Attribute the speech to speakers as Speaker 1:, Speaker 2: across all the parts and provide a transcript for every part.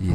Speaker 1: 以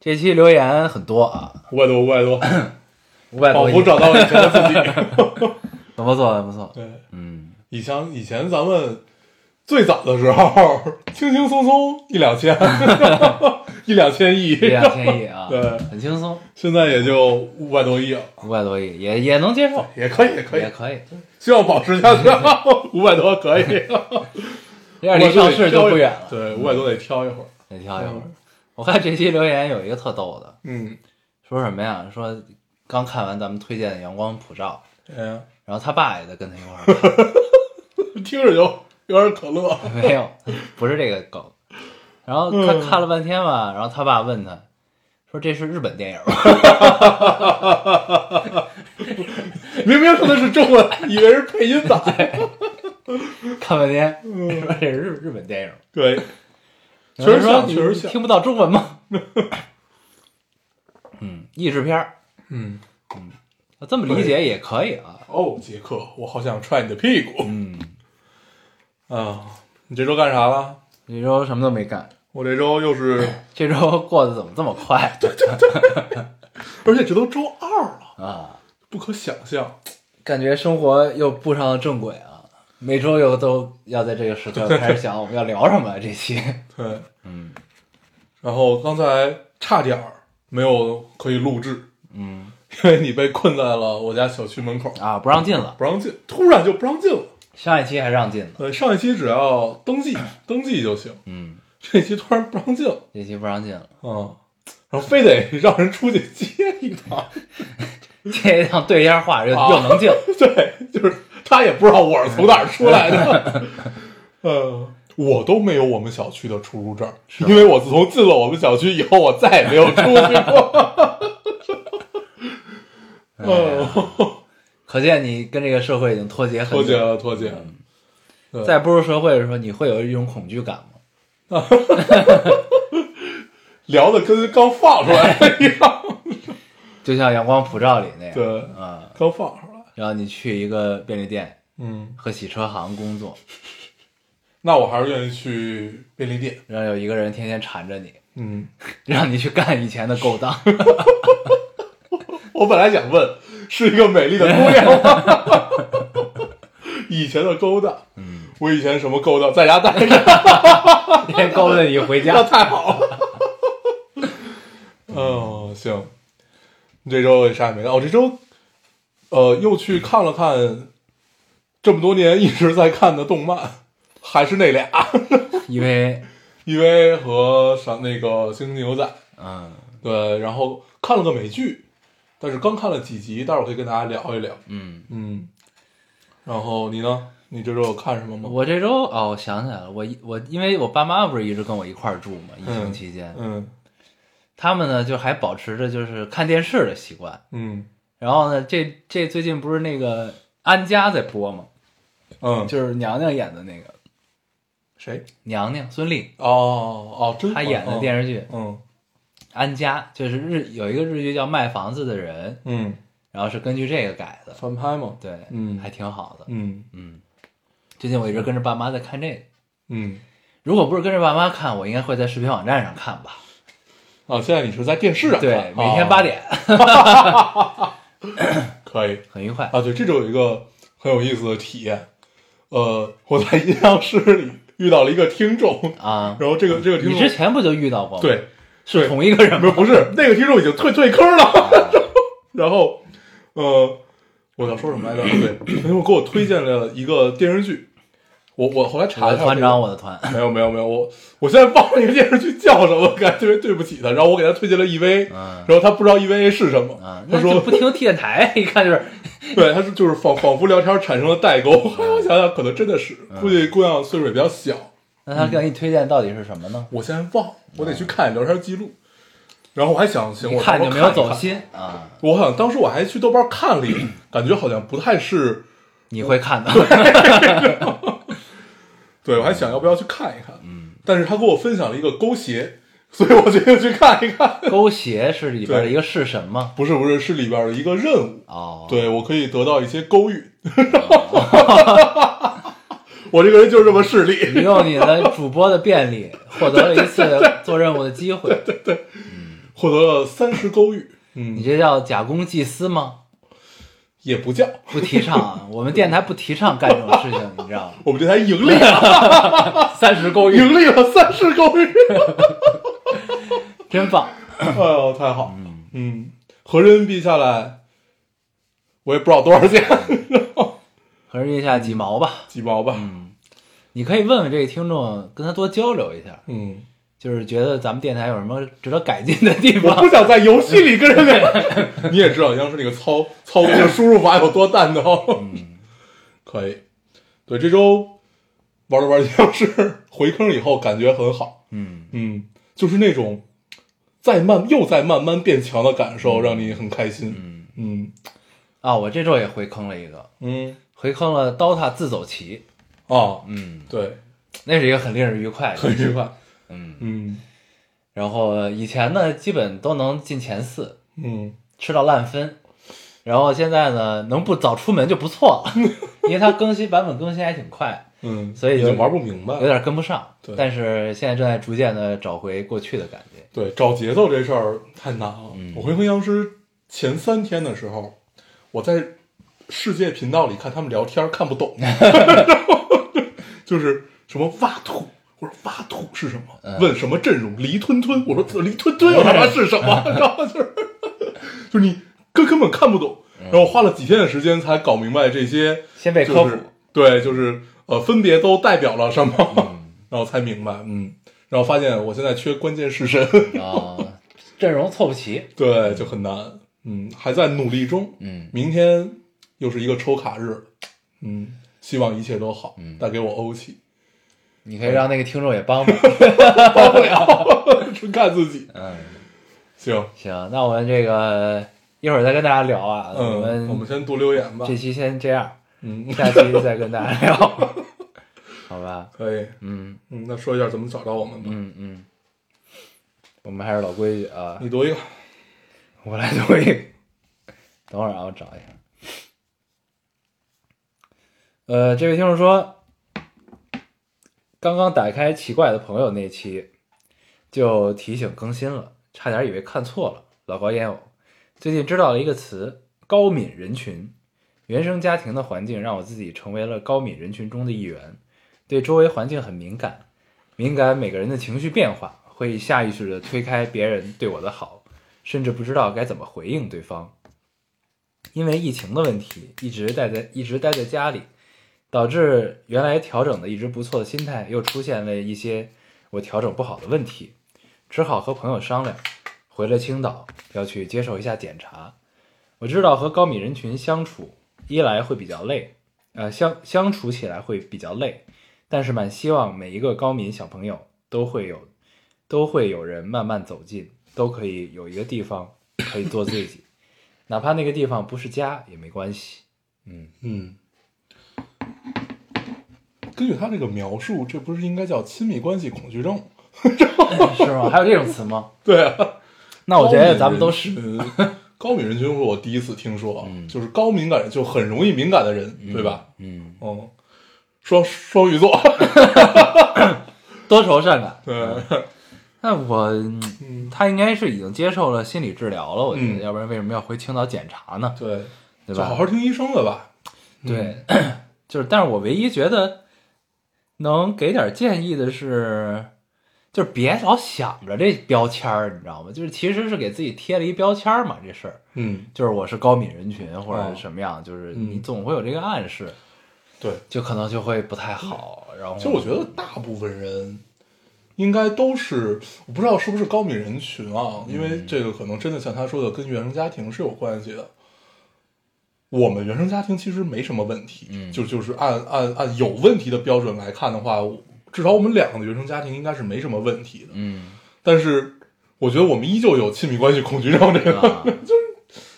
Speaker 1: 这期留言很多啊，
Speaker 2: 五百多，五百 多，
Speaker 1: 五百多
Speaker 2: 仿
Speaker 1: 亿，
Speaker 2: 佛找到了以前的 自己。
Speaker 1: 不错不错。
Speaker 2: 对，
Speaker 1: 嗯，
Speaker 2: 以前以前咱们最早的时候， 轻轻松松一两 千，一两千亿。
Speaker 1: 一两千亿啊，
Speaker 2: 对
Speaker 1: 很轻松，
Speaker 2: 现在也就五百多亿了，
Speaker 1: 五百多亿也也能接受，
Speaker 2: 也可以，也可以
Speaker 1: 哦也，可以，
Speaker 2: 希望保持下去。五百多可 以，
Speaker 1: 有点离上市就嗯不远了。
Speaker 2: 对， 五百多得挑一会儿。
Speaker 1: 再挑一会儿。我看这期留言有一个特逗的，
Speaker 2: 嗯，
Speaker 1: 说什么呀？说刚看完咱们推荐的《阳光普照
Speaker 2: 哎呀》，，
Speaker 1: 然后他爸也在跟他一块儿看，
Speaker 2: 听着就有点可乐。
Speaker 1: 没有，不是这个梗。然后他
Speaker 2: 嗯
Speaker 1: 看了半天吧，然后他爸问他，说这是日本电影吗？
Speaker 2: 明明说的是中文，以为是配音版。
Speaker 1: 看半天，说这是日日本电影。
Speaker 2: 对，确实
Speaker 1: 有人
Speaker 2: 像，
Speaker 1: 说
Speaker 2: 确
Speaker 1: 你
Speaker 2: 实
Speaker 1: 你
Speaker 2: 像。
Speaker 1: 听不到中文吗？ 嗯，译制片儿，
Speaker 2: 嗯。
Speaker 1: 这么理解也可以啊。
Speaker 2: 哦，杰克，我好想踹你的屁股
Speaker 1: 嗯，
Speaker 2: 啊！你这周干啥了？
Speaker 1: 这周什么都没干，
Speaker 2: 我这周又是，
Speaker 1: 这周过得怎么这么快
Speaker 2: 而且这都周二了，
Speaker 1: 啊？
Speaker 2: 不可想象。
Speaker 1: 感觉生活又步上了正轨啊！每周又都要在这个时刻开始想我们要聊什么啊这期。
Speaker 2: 对，
Speaker 1: 嗯
Speaker 2: 然后刚才差点儿没有可以录制，
Speaker 1: 嗯
Speaker 2: 因为你被困在了我家小区门口，
Speaker 1: 啊，不让进了，
Speaker 2: 不让进，突然就不让进了。
Speaker 1: 上一期还让进了。
Speaker 2: 呃，上一期只要登记登记就行，
Speaker 1: 嗯，
Speaker 2: 这期突然不让进了，
Speaker 1: 这期不让进了，
Speaker 2: 嗯，然后非得让人出去接一趟。
Speaker 1: 这一趟对一下话又、
Speaker 2: 啊
Speaker 1: 又能进了。
Speaker 2: 对，就是他也不知道我是从哪儿出来的。呃，我都没有我们小区的出入证，
Speaker 1: 吧
Speaker 2: 因为我自从进了我们小区以后，我再也没有出去过。嗯
Speaker 1: 哎呀 可见你跟这个社会已经脱节很
Speaker 2: 脱节
Speaker 1: 久。
Speaker 2: 了，脱节了。对
Speaker 1: 在步入社会的时候，你会有一种恐惧感吗？
Speaker 2: 聊的跟刚放出来的一样，
Speaker 1: 就像《阳光普照》里那样。
Speaker 2: 对
Speaker 1: 啊、
Speaker 2: 刚放出来。
Speaker 1: 然后你去一个便利店
Speaker 2: 嗯，
Speaker 1: 和洗车行工作，
Speaker 2: 那我还是愿意去便利店。
Speaker 1: 然后有一个人天天缠着你，
Speaker 2: 嗯，
Speaker 1: 让你去干以前的勾 当。
Speaker 2: 我本来想问，是一个美丽的姑娘吗？ 以前的勾当，嗯，我以前什么勾当，在家待着。
Speaker 1: 天勾着你回
Speaker 2: 那
Speaker 1: 家。
Speaker 2: 太好了。 哦，行，你这周啥也没干。哦我、这周，呃，又去看了看这么多年一直在看的动漫，还是那俩，
Speaker 1: 因为，
Speaker 2: 因为和啥那个《星星牛仔》
Speaker 1: 嗯
Speaker 2: 对，然后看了个美剧，但是刚看了几集，待会儿可以跟大家聊一聊。
Speaker 1: 嗯，
Speaker 2: 嗯，然后你呢？你这周有看什么吗？
Speaker 1: 我这周哦，我想起来了，我一我因为我爸妈不是一直跟我一块儿住嘛，疫情
Speaker 2: 嗯
Speaker 1: 期间，
Speaker 2: 嗯
Speaker 1: 他们呢就还保持着就是看电视的习惯。
Speaker 2: 嗯
Speaker 1: 然后呢，这这最近不是那个安家在播嘛，
Speaker 2: 嗯，
Speaker 1: 就是娘娘演的那个
Speaker 2: 谁？
Speaker 1: 娘娘孙俪，
Speaker 2: 哦哦，真
Speaker 1: 她演的电视剧《
Speaker 2: 嗯
Speaker 1: 安家》，就是日有一个日剧叫《卖房子的人》，
Speaker 2: 嗯，
Speaker 1: 然后是根据这个改的，
Speaker 2: 翻拍嘛。
Speaker 1: 对，
Speaker 2: 嗯
Speaker 1: 还挺好的，
Speaker 2: 嗯
Speaker 1: 嗯。最近我一直跟着爸妈在看这个，
Speaker 2: 嗯，
Speaker 1: 如果不是跟着爸妈看，我应该会在视频网站上看吧。
Speaker 2: 啊，现在你是在哦电视上看
Speaker 1: 对，每天八、点，
Speaker 2: 啊可以
Speaker 1: 很愉快。
Speaker 2: 啊。对，这就有一个很有意思的体验。呃，我在音像室里遇到了一个听众，
Speaker 1: 啊，
Speaker 2: 然后这个 这个听
Speaker 1: 你之
Speaker 2: 众
Speaker 1: 前不就遇到过吗？，
Speaker 2: 对
Speaker 1: 是同一个 人
Speaker 2: 不
Speaker 1: 吗？
Speaker 2: 是不是那个听众已经退退坑了，
Speaker 1: 啊
Speaker 2: 然后呃，我要说什么来着？对， 他就给我推荐了一个电视剧，我我后来查
Speaker 1: 我
Speaker 2: 了一下
Speaker 1: 的团
Speaker 2: 这个
Speaker 1: 长，我的团，
Speaker 2: 没有没有没有，我我现在忘了那个电视剧叫什么，感觉特别对不起他。然后我给他推荐了 EVA，、
Speaker 1: 嗯
Speaker 2: 然后他不知道 EVA 是什么，
Speaker 1: 啊，
Speaker 2: 他
Speaker 1: 那就
Speaker 2: 说
Speaker 1: 不听电台， 一 看就是
Speaker 2: 对，他是就是仿仿佛聊天产生了代沟。
Speaker 1: 嗯
Speaker 2: 我想想，可能真的是，估计姑娘岁数也比较小。
Speaker 1: 那他给你推荐到底是什么呢？
Speaker 2: 我现在忘，我得去看聊天记录。然后我还想，行，
Speaker 1: 一
Speaker 2: 我
Speaker 1: 嗯看
Speaker 2: 到时
Speaker 1: 就
Speaker 2: 候
Speaker 1: 没有
Speaker 2: 一
Speaker 1: 走
Speaker 2: 看。
Speaker 1: 心啊，
Speaker 2: 嗯我好像当时我还去豆瓣看了一 眼，感觉好像不太是，
Speaker 1: 你会看的。
Speaker 2: 对我还想要不要去看一看。嗯，但是他给我分享了一个勾鞋， 所以我决定去看一看。
Speaker 1: 勾鞋是里边的
Speaker 2: 对
Speaker 1: 一个式神吗？
Speaker 2: 不是不是，是里边的一个任务，
Speaker 1: 哦，，
Speaker 2: 对我可以得到一些勾 玉。我这个人就是这么势
Speaker 1: 你
Speaker 2: 利，
Speaker 1: 用你的主播的便利，获得了一次的做任务的 机会。
Speaker 2: 获得了三十勾玉，
Speaker 1: 你这叫假公济私吗？
Speaker 2: 也不叫
Speaker 1: 不提 倡啊，我们电台不提倡干这种事情，你知道吗？
Speaker 2: 我们这才盈 利了，
Speaker 1: 三十勾玉，
Speaker 2: 盈利了三十勾 玉。
Speaker 1: 真棒！
Speaker 2: 哎呦，太好了，嗯，合人民币下来，我也不知道多少钱，
Speaker 1: 合人一下几毛吧。
Speaker 2: 几毛吧，
Speaker 1: 嗯，你可以问问这个听众，跟他多交流一下，
Speaker 2: 嗯，
Speaker 1: 就是觉得咱们电台有什么值得改进的地
Speaker 2: 我不
Speaker 1: 方。
Speaker 2: 想在游戏里跟人家， 你也知道央视那个操操作的输入法有多蛋疼， 可以，对，这周玩了玩央视，回坑以后感觉很好，
Speaker 1: 嗯，
Speaker 2: 嗯，就是那种再慢又再慢慢变强的感受，让你很开心，嗯嗯
Speaker 1: 啊，我这周也回坑了一个，
Speaker 2: 嗯
Speaker 1: 回坑了 DOTA 自走棋。
Speaker 2: 啊，
Speaker 1: 嗯，
Speaker 2: 对，
Speaker 1: 那是一个很令人愉快的，
Speaker 2: 很愉快，
Speaker 1: 嗯，
Speaker 2: 嗯
Speaker 1: 然后以前呢，基本都能进前四，
Speaker 2: 嗯
Speaker 1: 吃到烂分。然后现在呢，能不早出门就不错了， 因为它更新版本更新还挺快，
Speaker 2: 嗯，
Speaker 1: 所以
Speaker 2: 已
Speaker 1: 就
Speaker 2: 经玩不明白
Speaker 1: 有。点跟不上。
Speaker 2: 对
Speaker 1: 但是现在正在逐渐的找回过去的感觉。
Speaker 2: 对，找节奏这事儿太难了。
Speaker 1: 嗯
Speaker 2: 我回衡阳师前三天的时候，我在世界频道里看他们聊天，看不 懂，就是什么挖土，我说挖土是什
Speaker 1: 嗯
Speaker 2: 么？问什么阵容？黎吞吞，我说黎吞吞又他妈是什么？ 然后就是就是你根根本看不懂，然后我花了几天的时间才搞明白这些。
Speaker 1: 嗯先被科
Speaker 2: 就
Speaker 1: 普，
Speaker 2: 是对，就是呃，分别都代表了什么，然后才明白，嗯，然后发现我现在缺关键式神，
Speaker 1: 啊，阵容凑不齐。
Speaker 2: 对，就很难，嗯，还在努力中，
Speaker 1: 嗯，
Speaker 2: 明天又是一个抽卡日，嗯，希望一切都好，
Speaker 1: 嗯
Speaker 2: 带给我欧气，
Speaker 1: 你可以让那个听众也帮帮。
Speaker 2: 帮不了，纯看自己，
Speaker 1: 嗯，
Speaker 2: 行，
Speaker 1: 行，那我们这个一会儿再跟大家聊啊。
Speaker 2: 嗯，我们
Speaker 1: 们
Speaker 2: 先读留言吧
Speaker 1: 这，期先这样，
Speaker 2: 嗯，
Speaker 1: 下期再跟大家聊， 好吧？
Speaker 2: 可以，
Speaker 1: 嗯
Speaker 2: 嗯，那说一下怎么找到我们吧，
Speaker 1: 嗯嗯，我们还是老规矩啊，
Speaker 2: 你读一个，
Speaker 1: 我来读一个。等会儿啊，我找一下。呃，这位听众说，刚刚打开奇怪的朋友那期，就提醒更新了，差点以为看错了，老高烟偶。最近知道了一个词“高敏人群”，原生家庭的环境让我自己成为了高敏人群中的一员，对周围环境很敏感，敏感每个人的情绪变化，会下意识的推开别人对我的好，甚至不知道该怎么回应对方。因为疫情的问题，一直待在一直待在家里，导致原来调整的一直不错的心态，又出现了一些我调整不好的问题，只好和朋友商量，回了青岛要去接受一下检查。我知道和高敏人群相处，一来会比较累，呃，相相处起来会比较累，但是蛮希望每一个高敏小朋友都会有都会有人慢慢走近，都可以有一个地方可以做自己，哪怕那个地方不是家也没关系。嗯，
Speaker 2: 嗯。根据他这个描述，这不是应该叫亲密关系恐惧症吗？
Speaker 1: 是吗？还有这种词吗？
Speaker 2: 对啊，
Speaker 1: 那我觉得咱们都是，
Speaker 2: 高敏人群，是我第一次听说啊，就是高敏感，就很容易敏感的人，对吧？
Speaker 1: 嗯，
Speaker 2: 嗯，双双鱼座，
Speaker 1: 多愁善感。
Speaker 2: 对，
Speaker 1: 那我，嗯他应该是已经接受了心理治疗了，我觉得，
Speaker 2: 嗯
Speaker 1: 要不然为什么要回青岛检查呢？
Speaker 2: 对，
Speaker 1: 对
Speaker 2: 就
Speaker 1: 吧？
Speaker 2: 好好听医生的吧。
Speaker 1: 对， 就是，但是我唯一觉得能给点建议的是，就是别老想着这标签儿，你知道吗？就是其实是给自己贴了一标签儿嘛，这事儿
Speaker 2: 嗯，
Speaker 1: 就是我是高敏人群或者
Speaker 2: 哦
Speaker 1: 是什么样，就是
Speaker 2: 嗯
Speaker 1: 你总会有这个暗示，
Speaker 2: 对，
Speaker 1: 就可能就会不太好。然后，
Speaker 2: 其实我觉得大部分人应该都是，我不知道是不是高敏人群
Speaker 1: 嗯
Speaker 2: 啊，因为这个可能真的像他说的，跟原生家庭是有关系的。我们原生家庭其实没什么问题，
Speaker 1: 嗯
Speaker 2: 就就是按按按有问题的标准来看的话，我至少我们两个的原生家庭应该是没什么问题的。
Speaker 1: 嗯
Speaker 2: 但是我觉得我们依旧有亲密关系恐惧症这个，
Speaker 1: 啊，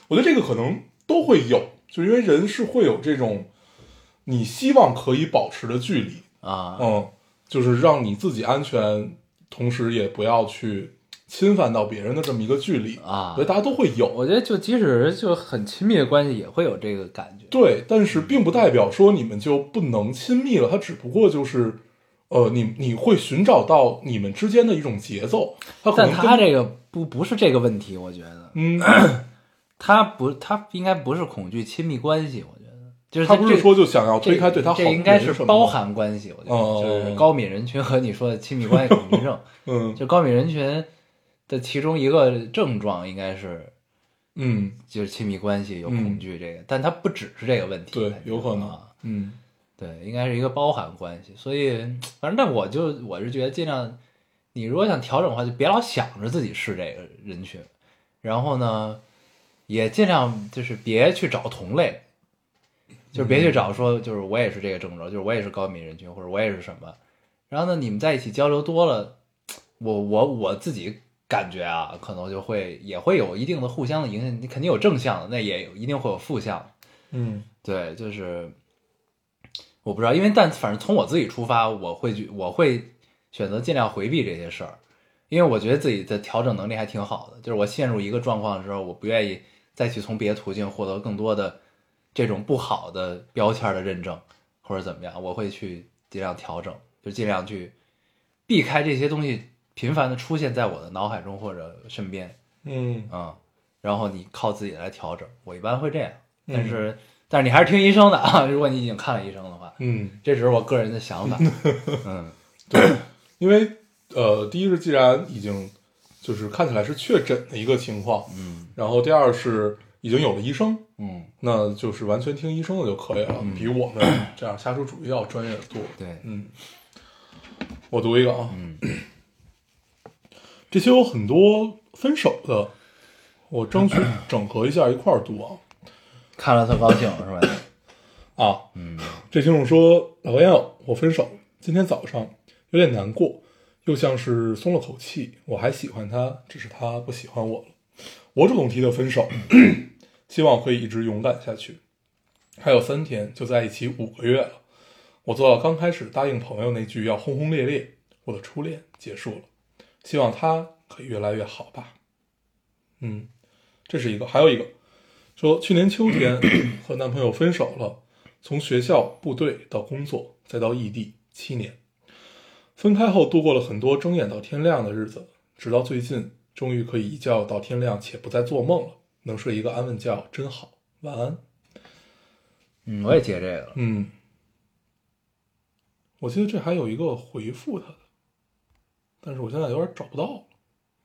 Speaker 2: 我觉得这个可能都会有，就是因为人是会有这种你希望可以保持的距离，
Speaker 1: 啊
Speaker 2: 嗯，就是让你自己安全，同时也不要去侵犯到别人的这么一个距离
Speaker 1: 啊
Speaker 2: 我觉得大家都会有，
Speaker 1: 我觉得就即使就很亲密的关系，也会有这个感觉。
Speaker 2: 对，但是并不代表说你们就不能亲密了，它只不过就是。呃，你你会寻找到你们之间的一种节奏，它可
Speaker 1: 但
Speaker 2: 能跟
Speaker 1: 他这个不不是这个问题，我觉得
Speaker 2: 嗯，
Speaker 1: 他不，他应该不是恐惧亲密关系，我觉得就是
Speaker 2: 他不
Speaker 1: 这
Speaker 2: 是说就想要
Speaker 1: 这
Speaker 2: 推开对他好的
Speaker 1: 这应该
Speaker 2: 人
Speaker 1: 是
Speaker 2: 什么的
Speaker 1: 包含关系，我觉
Speaker 2: 哦
Speaker 1: 得就是高敏人群和你说的亲密关系恐惧症，
Speaker 2: 嗯
Speaker 1: 就高敏人群的其中一个症状应该是
Speaker 2: 嗯
Speaker 1: 就是亲密关系有恐惧这个，但它不只是这个问题，
Speaker 2: 对
Speaker 1: 感觉
Speaker 2: 有可能
Speaker 1: 啊
Speaker 2: 嗯
Speaker 1: 对，应该是一个包含关系，所以反正但我就我是觉得尽量，你如果想调整的话，就别老想着自己是这个人群，然后呢，也尽量就是别去找同类，就是别去找说就是我也是这个症状，就是我也是高敏人群或者我也是什么，然后呢，你们在一起交流多了，我我我自己感觉啊，可能就会也会有一定的互相的影响，你肯定有正向的，那也有一定会有负向的。
Speaker 2: 嗯
Speaker 1: 对，就是我不知道，因为但反正从我自己出发，我会去，我会选择尽量回避这些事儿，因为我觉得自己的调整能力还挺好的。就是我陷入一个状况的时候，我不愿意再去从别的途径获得更多的这种不好的标签儿的认证或者怎么样，我会去尽量调整，就尽量去避开这些东西频繁的出现在我的脑海中或者身边。
Speaker 2: 嗯
Speaker 1: 嗯，然后你靠自己来调整。我一般会这样，
Speaker 2: 嗯
Speaker 1: 但是、 但是你还是听医生的啊。如果你已经看了医生的话，
Speaker 2: 嗯，
Speaker 1: 这只是我个人的 想法。嗯
Speaker 2: 因为呃，第一是既然已经就是看起来是确诊的一个情况，
Speaker 1: 嗯
Speaker 2: 然后第二是已经有了医生，
Speaker 1: 嗯，
Speaker 2: 那就是完全听医生的就可以了，比我们这样瞎出主意要专业的多。
Speaker 1: 对，
Speaker 2: 嗯，我读一个啊，
Speaker 1: 嗯
Speaker 2: 这些有很多分手的，我争取整合一下一块儿读啊。
Speaker 1: 看了特高兴是吧？
Speaker 2: 啊，这听众说，老烟友，我分手，今天早上有点难过，又像是松了口气，我还喜欢他，只是他不喜欢我了。我主动提的分手， 希望可以一直勇敢下去。还有三天就在一起五个月了，我做到刚开始答应朋友那句要轰轰烈烈，我的初恋结束了，希望他可以越来越好吧。嗯，这是一个，还有一个说去年秋天 和男朋友分手了。从学校、部队到工作，再到异地，七年。分开后度过了很多睁眼到天亮的日子，直到最近，终于可以一觉到天亮且不再做梦了，能睡一个安稳觉真好。晚安。
Speaker 1: 嗯，我也接这个了。
Speaker 2: 嗯，我记得这还有一个回复他的，但是我现在有点找不到了。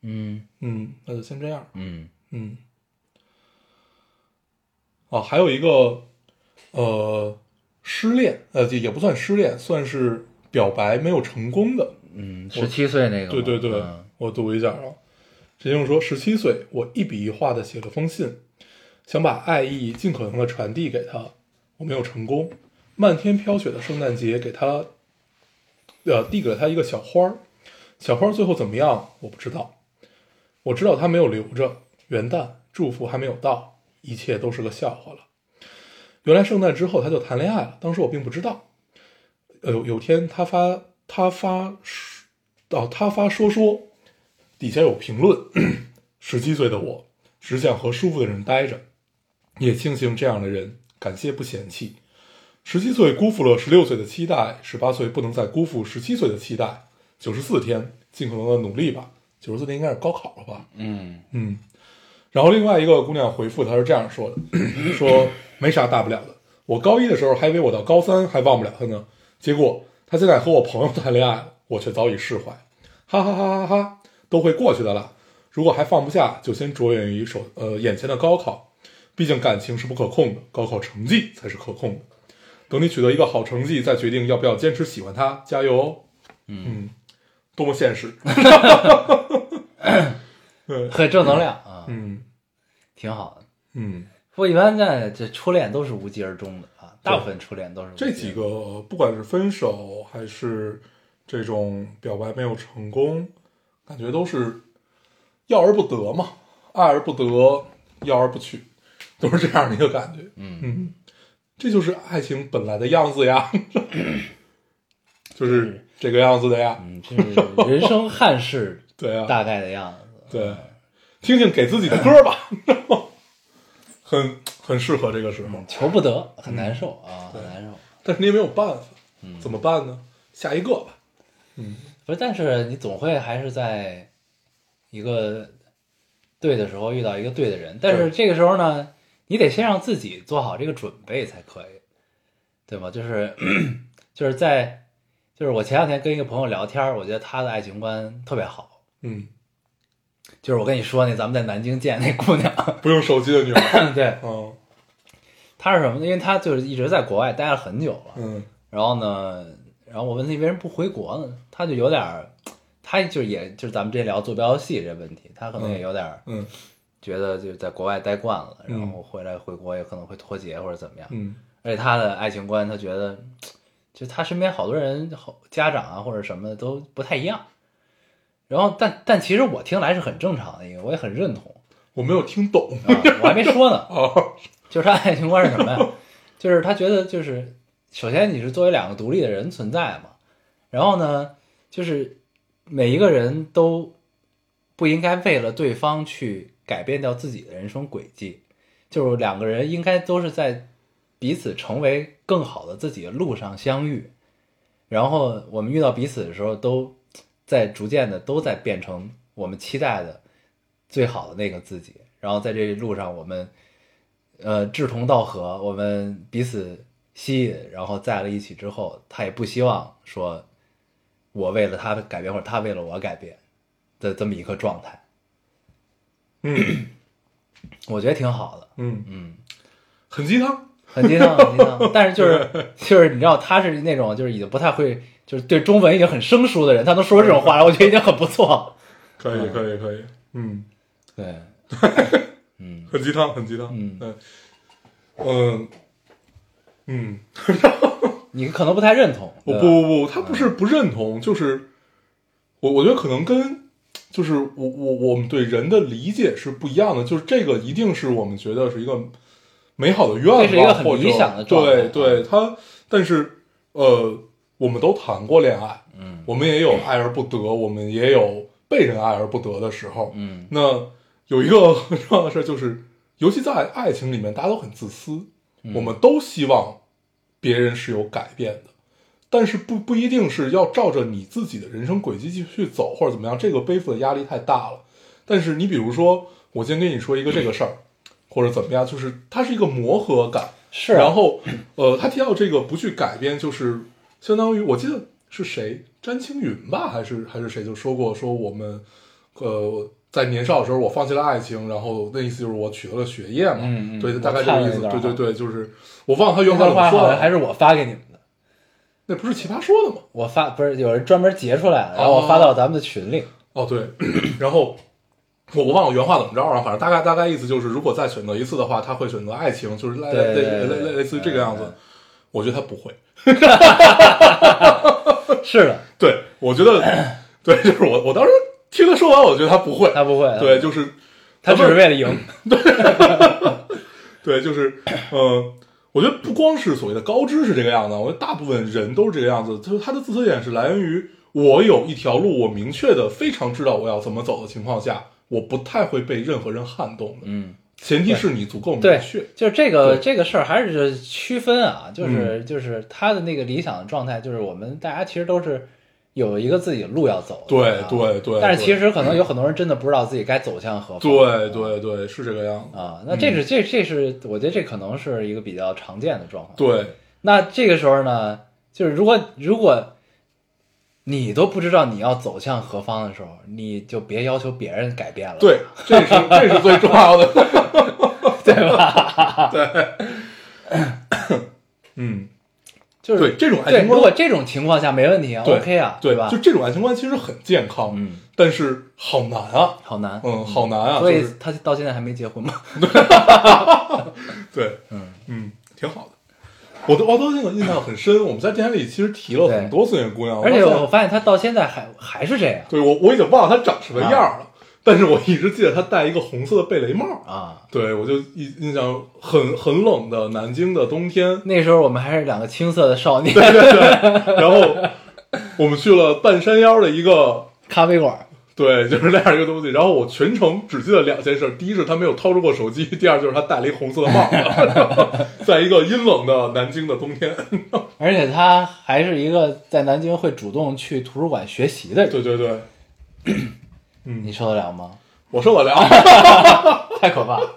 Speaker 1: 嗯
Speaker 2: 嗯，那就先这样。
Speaker 1: 嗯
Speaker 2: 嗯，啊，还有一个，呃，失恋，呃，也也不算失恋，算是表白没有成功的。
Speaker 1: 嗯，十七岁那个吗，
Speaker 2: 对对对，
Speaker 1: 嗯
Speaker 2: 我读一下啊。陈先生说，十七岁，我一笔一画的写了封信，想把爱意尽可能的传递给他，我没有成功。漫天飘雪的圣诞节，给他，呃，递给了他一个小花儿，小花儿最后怎么样，我不知道。我知道他没有留着，元旦祝福还没有到，一切都是个笑话了。原来圣诞之后他就谈恋爱了，当时我并不知道。呃，有有天他发他发哦，他发说说，底下有评论，十七岁的我只想和舒服的人待着，也庆幸这样的人，感谢不嫌弃。十七岁辜负了十六岁的期待，十八岁不能再辜负十七岁的期待。九十四天，尽可能的努力吧。九十四天应该是高考了吧？
Speaker 1: 嗯
Speaker 2: 嗯，然后另外一个姑娘回复，她是这样说的：“ 说没啥大不了的，我高一的时候还以为我到高三还忘不了她呢，结果她现在和我朋友谈恋爱了，我却早已释怀，哈哈哈哈哈，都会过去的啦。如果还放不下，就先着眼于手呃眼前的高考，毕竟感情是不可控的，高考成绩才是可控的。等你取得一个好成绩，再决定要不要坚持喜欢他，加油哦！嗯，多么现实，对，
Speaker 1: 很正能量啊，
Speaker 2: 嗯
Speaker 1: 挺好的。
Speaker 2: 嗯。”
Speaker 1: 不过一般在这初恋都是无疾而终的啊，大部分初恋都是无疾而
Speaker 2: 这
Speaker 1: 终
Speaker 2: 几个不管是分手还是这种表白没有成功，感觉都是要而不得嘛，爱而不得，要而不取，都是这样的一个感觉。嗯这就是爱情本来的样子呀，嗯就是这个样子的呀。
Speaker 1: 嗯，这是人生憾事
Speaker 2: 对啊，
Speaker 1: 大概的样子。
Speaker 2: 对，听听给自己的 歌吧，你知道吗？很很适合这个时候，
Speaker 1: 求不得，很难受啊，很难受。
Speaker 2: 但是你也没有办法，怎么办呢？下一个吧。
Speaker 1: 不是，但是你总会还是在一个对的时候遇到一个对的人，但是这个时候呢，你得先让自己做好这个准备才可以，对吗？就是就是在就是我前两天跟一个朋友聊天儿，我觉得他的爱情观特别好，
Speaker 2: 嗯，
Speaker 1: 就是我跟你说那咱们在南京见那姑娘，
Speaker 2: 不用手机的女孩，
Speaker 1: 对，
Speaker 2: 嗯
Speaker 1: 她是什么呢？因为她就是一直在国外待了很久了，
Speaker 2: 嗯
Speaker 1: 然后呢，然后我问他你为什么不回国呢？他就有点儿，他就也就是咱们这聊坐标系这问题，他可能也有点儿
Speaker 2: 嗯
Speaker 1: 觉得就是在国外待惯了，
Speaker 2: 嗯
Speaker 1: 然后回来回国也可能会脱节或者怎么样。
Speaker 2: 嗯
Speaker 1: 而且他的爱情观，他觉得就他身边好多人好家长啊或者什么的都不太一样。然后但但其实我听来是很正常的一个，我也很认同。
Speaker 2: 我没有听懂
Speaker 1: 啊，我还没说呢，
Speaker 2: 啊，
Speaker 1: 就是他爱情观是什么呀？ 就是他觉得就是，首先你是作为两个独立的人存在嘛，然后呢，就是每一个人都不应该为了对方去改变掉自己的人生轨迹，就是两个人应该都是在彼此成为更好的自己的路上相遇，然后我们遇到彼此的时候，都在逐渐的都在变成我们期待的最好的那个自己，然后在这一路上我们。呃志同道合，我们彼此吸引，然后在了一起之后，他也不希望说我为了他改变或者他为了我改变的这么一个状态，
Speaker 2: 嗯
Speaker 1: 我觉得挺好的，
Speaker 2: 嗯
Speaker 1: 嗯，
Speaker 2: 很鸡汤，
Speaker 1: 很鸡汤，很鸡汤。但是就是就是你知道，他是那种就是已经不太会，就是对中文已经很生疏的人，他能说出这种话来，我觉得已经很不错。
Speaker 2: 可以可以可以，嗯，
Speaker 1: 对，
Speaker 2: 很鸡汤，很鸡汤，
Speaker 1: 嗯
Speaker 2: 对嗯嗯，
Speaker 1: 你可能不太认同，
Speaker 2: 我不
Speaker 1: 对吧
Speaker 2: 哦不不，他不是
Speaker 1: 嗯
Speaker 2: 不认同，就是我我觉得可能跟就是我我我们对人的理解是不一样的，就是这个一定是我们觉得是一个美好的愿望，
Speaker 1: 这是一个很
Speaker 2: 或者
Speaker 1: 理想的状态
Speaker 2: 对对，他但是呃，我们都谈过恋爱，
Speaker 1: 嗯
Speaker 2: 我们也有爱而不得，我们也有被人爱而不得的时候。
Speaker 1: 嗯
Speaker 2: 那有一个很重要的事儿就是，尤其在爱情里面，大家都很自私，
Speaker 1: 嗯
Speaker 2: 我们都希望别人是有改变的，但是不不一定是要照着你自己的人生轨迹继续走或者怎么样，这个背负的压力太大了。但是你比如说，我今天跟你说一个这个事儿，或者怎么样，就是它是一个磨合感，
Speaker 1: 是啊，
Speaker 2: 然后，呃，他提到这个不去改变，就是相当于我记得是谁，詹青云吧，还是还是谁就说过，说我们，呃，在年少的时候我放弃了爱情，然后那意思就是我取得了学业嘛，
Speaker 1: 嗯嗯
Speaker 2: 对，
Speaker 1: 我
Speaker 2: 大概这
Speaker 1: 看
Speaker 2: 个意
Speaker 1: 了那
Speaker 2: 思，
Speaker 1: 段
Speaker 2: 对对
Speaker 1: 话
Speaker 2: 对，就是我忘了他
Speaker 1: 这
Speaker 2: 原话
Speaker 1: 段
Speaker 2: 怎么
Speaker 1: 话
Speaker 2: 说
Speaker 1: 好像还
Speaker 2: 了，
Speaker 1: 是我发给你们的。
Speaker 2: 那不是奇葩说的吗？
Speaker 1: 我发不是有人专门截出来了，然后我发到咱们的群里。
Speaker 2: 哦，对，然后我我忘了原话怎么着了，反正大概大概意思就是，如果再选择一次的话，他会选择爱情，就是类类
Speaker 1: 对对
Speaker 2: 类
Speaker 1: 对
Speaker 2: 类类类似于这个样
Speaker 1: 对
Speaker 2: 子
Speaker 1: 对，
Speaker 2: 我觉得他不会。
Speaker 1: 是的，
Speaker 2: 对，我觉得，对，就是我我当时听他说完，我觉得他不会，
Speaker 1: 他不会，啊
Speaker 2: 对，，就是
Speaker 1: 他只是为了赢。
Speaker 2: 对，就是，呃，我觉得不光是所谓的高知是这个样子，我觉得大部分人都是这个样子，就是他的自私点是来源于我有一条路，我明确的非常知道我要怎么走的情况下，我不太会被任何人撼动的，
Speaker 1: 嗯，
Speaker 2: 前提是你足够明
Speaker 1: 对
Speaker 2: 确，，
Speaker 1: 就是这个
Speaker 2: 对嗯
Speaker 1: 这个事儿还是区分啊，就是就是他的那个理想的状态，就是我们大家其实都是有一个自己的路要走的。
Speaker 2: 对
Speaker 1: 啊
Speaker 2: 对对，
Speaker 1: 但是其
Speaker 2: 对
Speaker 1: 实可能有很多人真的不知道自己该走向何方。
Speaker 2: 对嗯对对是这个样子，
Speaker 1: 啊，那这是这这是我觉得这可能是一个比较常见的状况。
Speaker 2: 对，
Speaker 1: 那这个时候呢，就是如果如果你都不知道你要走向何方的时候，你就别要求别人改变了，
Speaker 2: 对，这是这是最重要的，
Speaker 1: 对吧？
Speaker 2: 嗯，
Speaker 1: 就是
Speaker 2: 对这种爱
Speaker 1: 对，
Speaker 2: 情观
Speaker 1: 如果这种情况下没问题啊
Speaker 2: 对
Speaker 1: ，OK 啊，
Speaker 2: 对
Speaker 1: 吧
Speaker 2: 就？这种爱情观其实很健康，
Speaker 1: 嗯，
Speaker 2: 但是好难啊，
Speaker 1: 好难，
Speaker 2: 嗯，好难啊，
Speaker 1: 所
Speaker 2: 就
Speaker 1: 以
Speaker 2: 是
Speaker 1: 他到现在还没结婚 嘛？
Speaker 2: 对，嗯嗯，挺好的。我对奥多那个印象很深，我们在电台里其实提了哦很多次那个姑娘，
Speaker 1: 而且
Speaker 2: 我发
Speaker 1: 我
Speaker 2: 现
Speaker 1: 发现他到现在还还是这样，啊
Speaker 2: 对我我已经忘了她长什么样了，但是我一直记得他戴一个红色的贝雷帽。
Speaker 1: 啊。
Speaker 2: 对，我就印印象很很冷的南京的冬天，
Speaker 1: 那时候我们还是两个青涩的少年，
Speaker 2: 然后我们去了半山腰的一个，
Speaker 1: 咖啡馆
Speaker 2: 对，就是那样一个东西。然后我全程只记得两件事：第一是他没有掏出过手机；第二就是他戴了一红色的帽子， 在一个阴冷的南京的冬天。
Speaker 1: 而且他还是一个在南京会主动去图书馆学习的人，
Speaker 2: 对对对，
Speaker 1: 你受得 了吗？
Speaker 2: 我受得了，
Speaker 1: 啊太可怕了，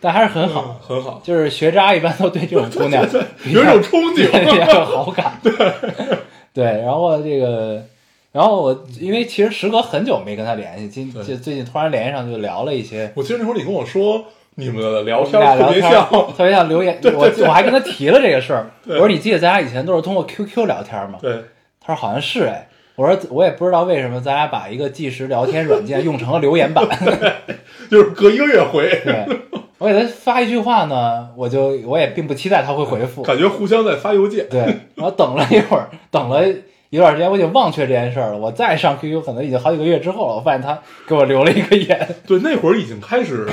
Speaker 1: 但还是很好，
Speaker 2: 很 好，
Speaker 1: 就是学渣一般都对这种 姑娘
Speaker 2: 有一种憧
Speaker 1: 对比
Speaker 2: 憬。啊
Speaker 1: 较有好感， 对然后这个，然后我因为其实时隔很久没跟他联系，今
Speaker 2: 对
Speaker 1: 就最近突然联系上，就聊了一些。
Speaker 2: 我记得那会儿你跟我说，你们的聊
Speaker 1: 我
Speaker 2: 天
Speaker 1: 们俩
Speaker 2: 特
Speaker 1: 聊
Speaker 2: 别
Speaker 1: 天
Speaker 2: 像，
Speaker 1: 特别像留 言，我我还跟他提了这个事儿。我说你记得咱俩以前都是通过 QQ 聊天吗？
Speaker 2: 对，
Speaker 1: 他说好像是哎。我说我也不知道为什么咱俩把一个即时聊天软件用成了留言板。
Speaker 2: 就是隔一个月回，
Speaker 1: 对，我给他发一句话呢，我就我也并不期待他会回复。
Speaker 2: 感觉互相在发邮件。
Speaker 1: 对，然后等了一会儿，等了一段时间，我已经忘却这件事儿了。我再上 QQ，可能已经好几个月之后了。我发现他给我留了一个言，
Speaker 2: 对，那会儿已经开始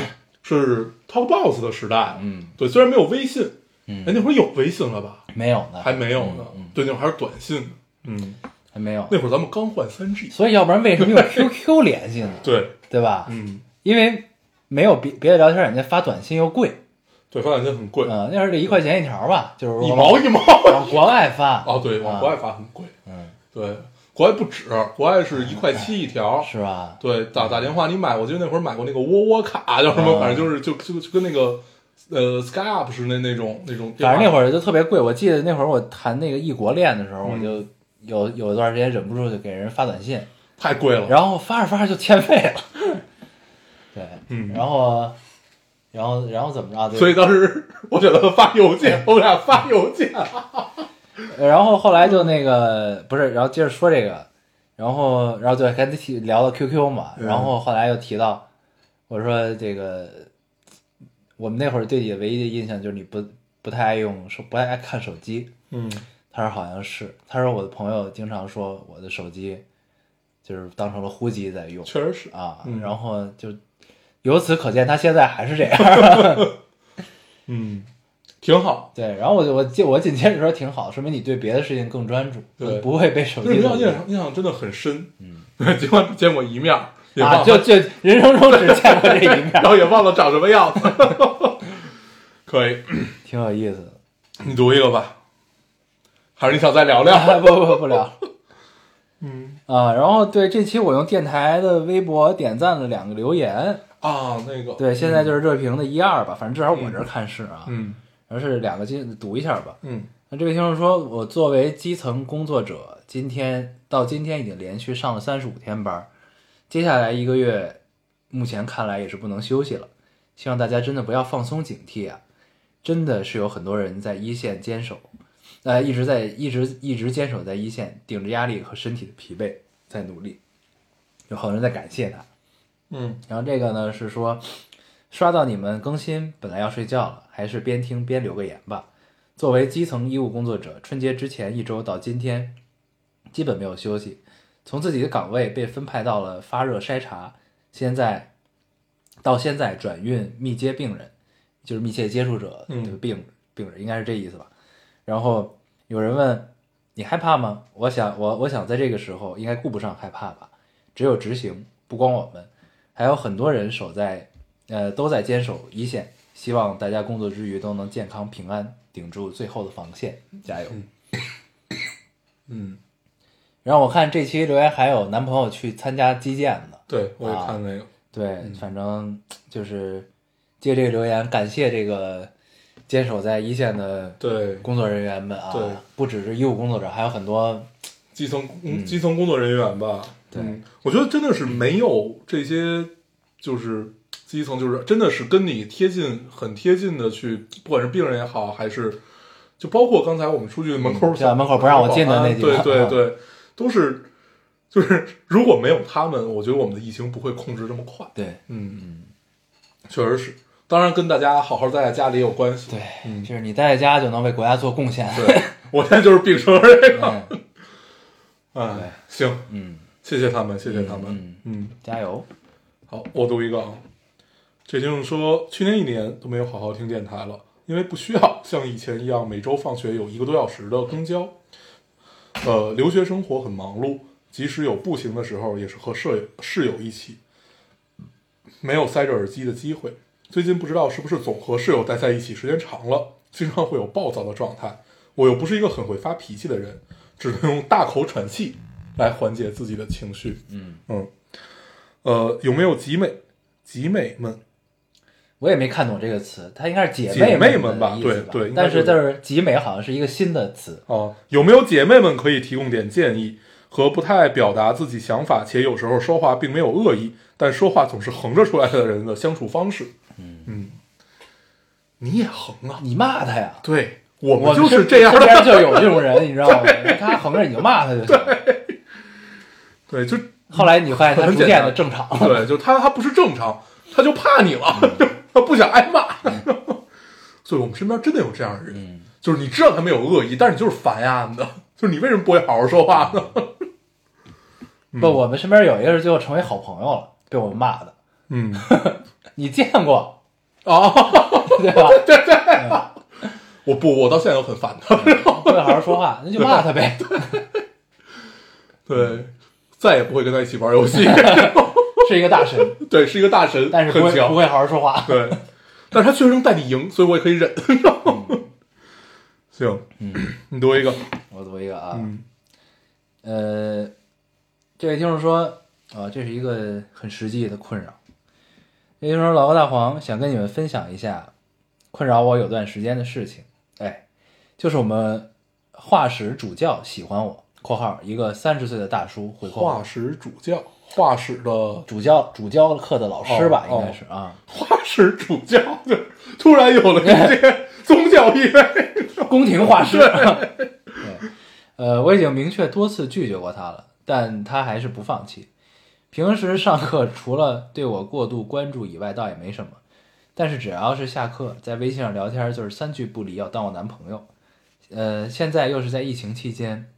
Speaker 2: 是 Talk Boss 的时代了。
Speaker 1: 嗯，
Speaker 2: 对，虽然没有微信，
Speaker 1: 嗯
Speaker 2: 哎，那会儿有微信了吧？
Speaker 1: 没有呢，
Speaker 2: 还没有呢。对，那会儿还是短信呢。嗯，
Speaker 1: 还没有。
Speaker 2: 那会儿咱们刚换三 G。
Speaker 1: 所以，要不然为什么用 QQ 联系呢？
Speaker 2: 对，
Speaker 1: 对吧？
Speaker 2: 嗯，
Speaker 1: 因为没有别别的聊天软件发短信又贵，
Speaker 2: 对，发短信很贵，
Speaker 1: 嗯、那嗯时候得一块钱一条吧，就是
Speaker 2: 一毛一毛。
Speaker 1: 往国外发。
Speaker 2: 哦，对，往国外
Speaker 1: 啊、
Speaker 2: 发很贵。
Speaker 1: 嗯，
Speaker 2: 对，国外不止，国外是一块七一条。
Speaker 1: 是吧？
Speaker 2: 对，打打电话你买，我记得那会儿买过那个窝窝卡，叫什么，
Speaker 1: 啊
Speaker 2: 反正就是就就就跟那个呃 Skype 是那那种那种电
Speaker 1: 反
Speaker 2: 话。
Speaker 1: 正那
Speaker 2: 儿
Speaker 1: 会儿就特别贵。我记得那会儿我谈那个异国恋的时候，我
Speaker 2: 嗯
Speaker 1: 就有有一段时间忍不住就给人发短信，
Speaker 2: 太贵了。
Speaker 1: 然后发着发着就欠费了。对，
Speaker 2: 嗯
Speaker 1: 然后，然后，然后怎么着？啊对
Speaker 2: 所以当时我给他发邮件，我们俩发邮件，
Speaker 1: 然后后来就那个不是，然后接着说这个，然后，然后就跟他提聊到 QQ 嘛，
Speaker 2: 嗯
Speaker 1: 然后后来又提到，我说这个，我们那会儿对你唯一的印象就是你不不太爱用手，不太爱看手机。
Speaker 2: 嗯，
Speaker 1: 他说好像是，他说我的朋友经常说我的手机就是当成了呼机在用，
Speaker 2: 确实是，
Speaker 1: 啊，
Speaker 2: 嗯
Speaker 1: 然后就由此可见，他现在还是 这样。
Speaker 2: 嗯，挺好。
Speaker 1: 对，然后我就我紧我紧接着说挺好，说明你对别的事情更专注，
Speaker 2: 对
Speaker 1: 不会被手
Speaker 2: 就是
Speaker 1: 机
Speaker 2: 印
Speaker 1: 所
Speaker 2: 象
Speaker 1: 影
Speaker 2: 印
Speaker 1: 响
Speaker 2: 象印象真的很深，嗯， 尽管见过一面儿，也忘
Speaker 1: 啊，
Speaker 2: 了
Speaker 1: 就就人生中只见过这一面
Speaker 2: 然，后也忘了长什么样子。 可以，
Speaker 1: 挺有意思的。
Speaker 2: 你读一个吧，还是你想再聊聊？
Speaker 1: 啊不不不不聊
Speaker 2: 嗯
Speaker 1: 啊，然后对这期我用电台的微博点赞了两个留言，
Speaker 2: 啊，那个，
Speaker 1: 对，现在就是热评的一二吧，反正至少我这儿看是啊，
Speaker 2: 嗯
Speaker 1: 然后是两个进读一下吧。
Speaker 2: 嗯
Speaker 1: 那这位听众说，我作为基层工作者，今天到今天已经连续上了三十五天班儿，接下来一个月，目前看来也是不能休息了。希望大家真的不要放松警惕啊！真的是有很多人在一线坚守，呃，一直在一直一直坚守在一线，顶着压力和身体的疲惫在努力，有好多人在感谢他。
Speaker 2: 嗯，
Speaker 1: 然后这个呢是说，刷到你们更新，本来要睡觉了，还是边听边留个言吧。作为基层医务工作者，春节之前一周到今天，基本没有休息，从自己的岗位被分派到了发热筛查，现在到现在转运密接病人，就是密切接触者
Speaker 2: 嗯
Speaker 1: 这个病、病人，应该是这意思吧。然后有人问你害怕吗？我想我我想在这个时候应该顾不上害怕吧，只有执行，不光我们，还有很多人守在，呃，都在坚守一线。希望大家工作之余都能健康平安，顶住最后的防线，加油！
Speaker 2: 嗯，
Speaker 1: 然后我看这期留言还有男朋友去参加击剑的，
Speaker 2: 对，我
Speaker 1: 啊
Speaker 2: 也看那个，
Speaker 1: 对，
Speaker 2: 嗯
Speaker 1: 反正就是借这个留言感谢这个坚守在一线的
Speaker 2: 对，
Speaker 1: 工作人员们啊，
Speaker 2: 对
Speaker 1: 不只是医务工作者，还有很多
Speaker 2: 基层工基层工作人员吧。
Speaker 1: 嗯对
Speaker 2: 嗯，我觉得真的是没有这些，就是基层，就是真的是跟你贴近、很贴近的去，不管是病人也好，还是就包括刚才我们出去门口
Speaker 1: 就在嗯啊门口不让我进的那几个
Speaker 2: 保
Speaker 1: 嗯
Speaker 2: 安啊对对对，都是就是如果没有他们，我觉得我们的疫情不会控制这么快。
Speaker 1: 对
Speaker 2: 嗯嗯，确实是，当然跟大家好好待在家里也有关系。
Speaker 1: 对，
Speaker 2: 嗯
Speaker 1: 就是你待在家就能为国家做 贡献。
Speaker 2: 对，我现在就是秉承这个。
Speaker 1: 嗯
Speaker 2: 哎，行，
Speaker 1: 嗯，
Speaker 2: 谢谢他们，谢谢他们。
Speaker 1: 嗯
Speaker 2: 嗯
Speaker 1: 加油！
Speaker 2: 好，我读一个啊。这听众说，去年一年都没有好好听电台了，因为不需要像以前一样每周放学有一个多小时的公交。呃，留学生活很忙碌，即使有步行的时候，也是和舍友室友一起，没有塞着耳机的机会。最近不知道是不是总和室友待在一起时间长了，经常会有暴躁的状态。我又不是一个很会发脾气的人，只能用大口喘气来缓解自己的情绪。
Speaker 1: 嗯
Speaker 2: 嗯，呃，有没有集美集美们？
Speaker 1: 我也没看懂这个词，它应该是姐
Speaker 2: 姐妹
Speaker 1: 妹
Speaker 2: 们
Speaker 1: 们
Speaker 2: 吧
Speaker 1: 的意
Speaker 2: 对
Speaker 1: 思吧
Speaker 2: 对应该
Speaker 1: 但
Speaker 2: 是
Speaker 1: 是就是集美好像是一个新的词，
Speaker 2: 哦，有没有姐妹们可以提供点建议？和不太表达自己想法，且有时候说话并没有恶意，但说话总是横着出来的人的相处方式。嗯你也横啊？
Speaker 1: 你骂他呀？
Speaker 2: 对， 我
Speaker 1: 我
Speaker 2: 们就是
Speaker 1: 身
Speaker 2: 这样
Speaker 1: 身
Speaker 2: 的。
Speaker 1: 边就有这种人，你知道吗？他横着你就骂他就行。
Speaker 2: 对，就
Speaker 1: 后来你就发现他逐渐的正常了。
Speaker 2: 对，就他他不是正常，他就怕你了，
Speaker 1: 嗯
Speaker 2: 他不想挨骂。 所以我们身边真的有这样的人，
Speaker 1: 嗯
Speaker 2: 就是你知道他没有恶意，但是你就是烦呀 你的，就是你为什么不会好好说话呢？嗯
Speaker 1: 不，我们身边有一个是最后成为好朋友了，被我们骂的。
Speaker 2: 嗯，
Speaker 1: 你见过
Speaker 2: 哦，
Speaker 1: 对吧？
Speaker 2: 我不，我到现在都很烦他。
Speaker 1: 不会好好说话，那就骂他呗。
Speaker 2: 对，再也不会跟他一起玩游 戏。
Speaker 1: 是一个大神，
Speaker 2: 对，是一个大神，
Speaker 1: 但是不
Speaker 2: 很
Speaker 1: 会
Speaker 2: 强
Speaker 1: 不。会好好说话。
Speaker 2: 对，但是他确实能带你赢，所以我也可以忍。
Speaker 1: 嗯
Speaker 2: 行， 你读一个，
Speaker 1: 我读一个啊，
Speaker 2: 嗯
Speaker 1: 呃，这位听众说啊，这是一个很实际的困扰。这位听众说，老高大黄想跟你们分享一下困扰我有段时间的事情，哎，就是我们化石主教喜欢我（括号一个三十岁的大叔）回括号
Speaker 2: 化石主教，化石的
Speaker 1: 主教主教课的老师吧，
Speaker 2: 哦
Speaker 1: 应该是啊，
Speaker 2: 化石主教，就突然有了一 些宗教意味。
Speaker 1: 宫廷画师。对， 呃，我已经明确多次拒绝过他了，但他还是不放弃。平时上课除了对我过度关注以外，倒也没什么。但是只要是下课，在微信上聊天，就是三句不离要当我男朋友。呃，现在又是在疫情期间，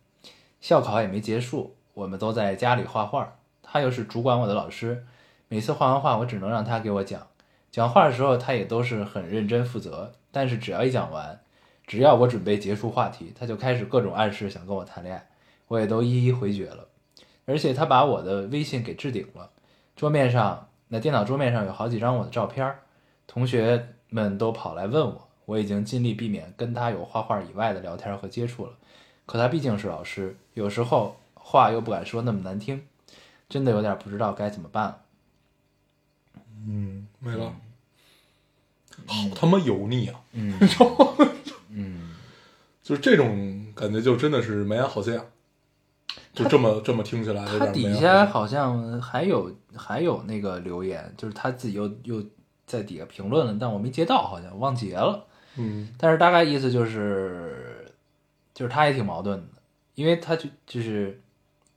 Speaker 1: 校考也没结束，我们都在家里画画。他又是主管我的老师，每次画完画，我只能让他给我讲。讲话的时候，他也都是很认真负责，但是只要一讲完，只要我准备结束话题，他就开始各种暗示想跟我谈恋爱，我也都一一回绝了。而且他把我的微信给置顶了，桌面上那电脑桌面上有好几张我的照片儿，同学们都跑来问我，我已经尽力避免跟他有画画以外的聊天和接触了。可他毕竟是老师，有时候话又不敢说那么难听，真的有点不知道该怎么办了。
Speaker 2: 嗯，没了。好他妈油腻啊！
Speaker 1: 嗯
Speaker 2: 嗯，就是这种感觉，就真的是没安好心啊。就这么这么听起来有
Speaker 1: 他
Speaker 2: 点没
Speaker 1: 底
Speaker 2: 安好
Speaker 1: 下
Speaker 2: 心
Speaker 1: 好像还有还有那个留言，就是他自己又又在底下评论了，但我没接到，好像忘截了。
Speaker 2: 嗯
Speaker 1: 但是大概意思就是，就是他也挺矛盾的，因为他就就是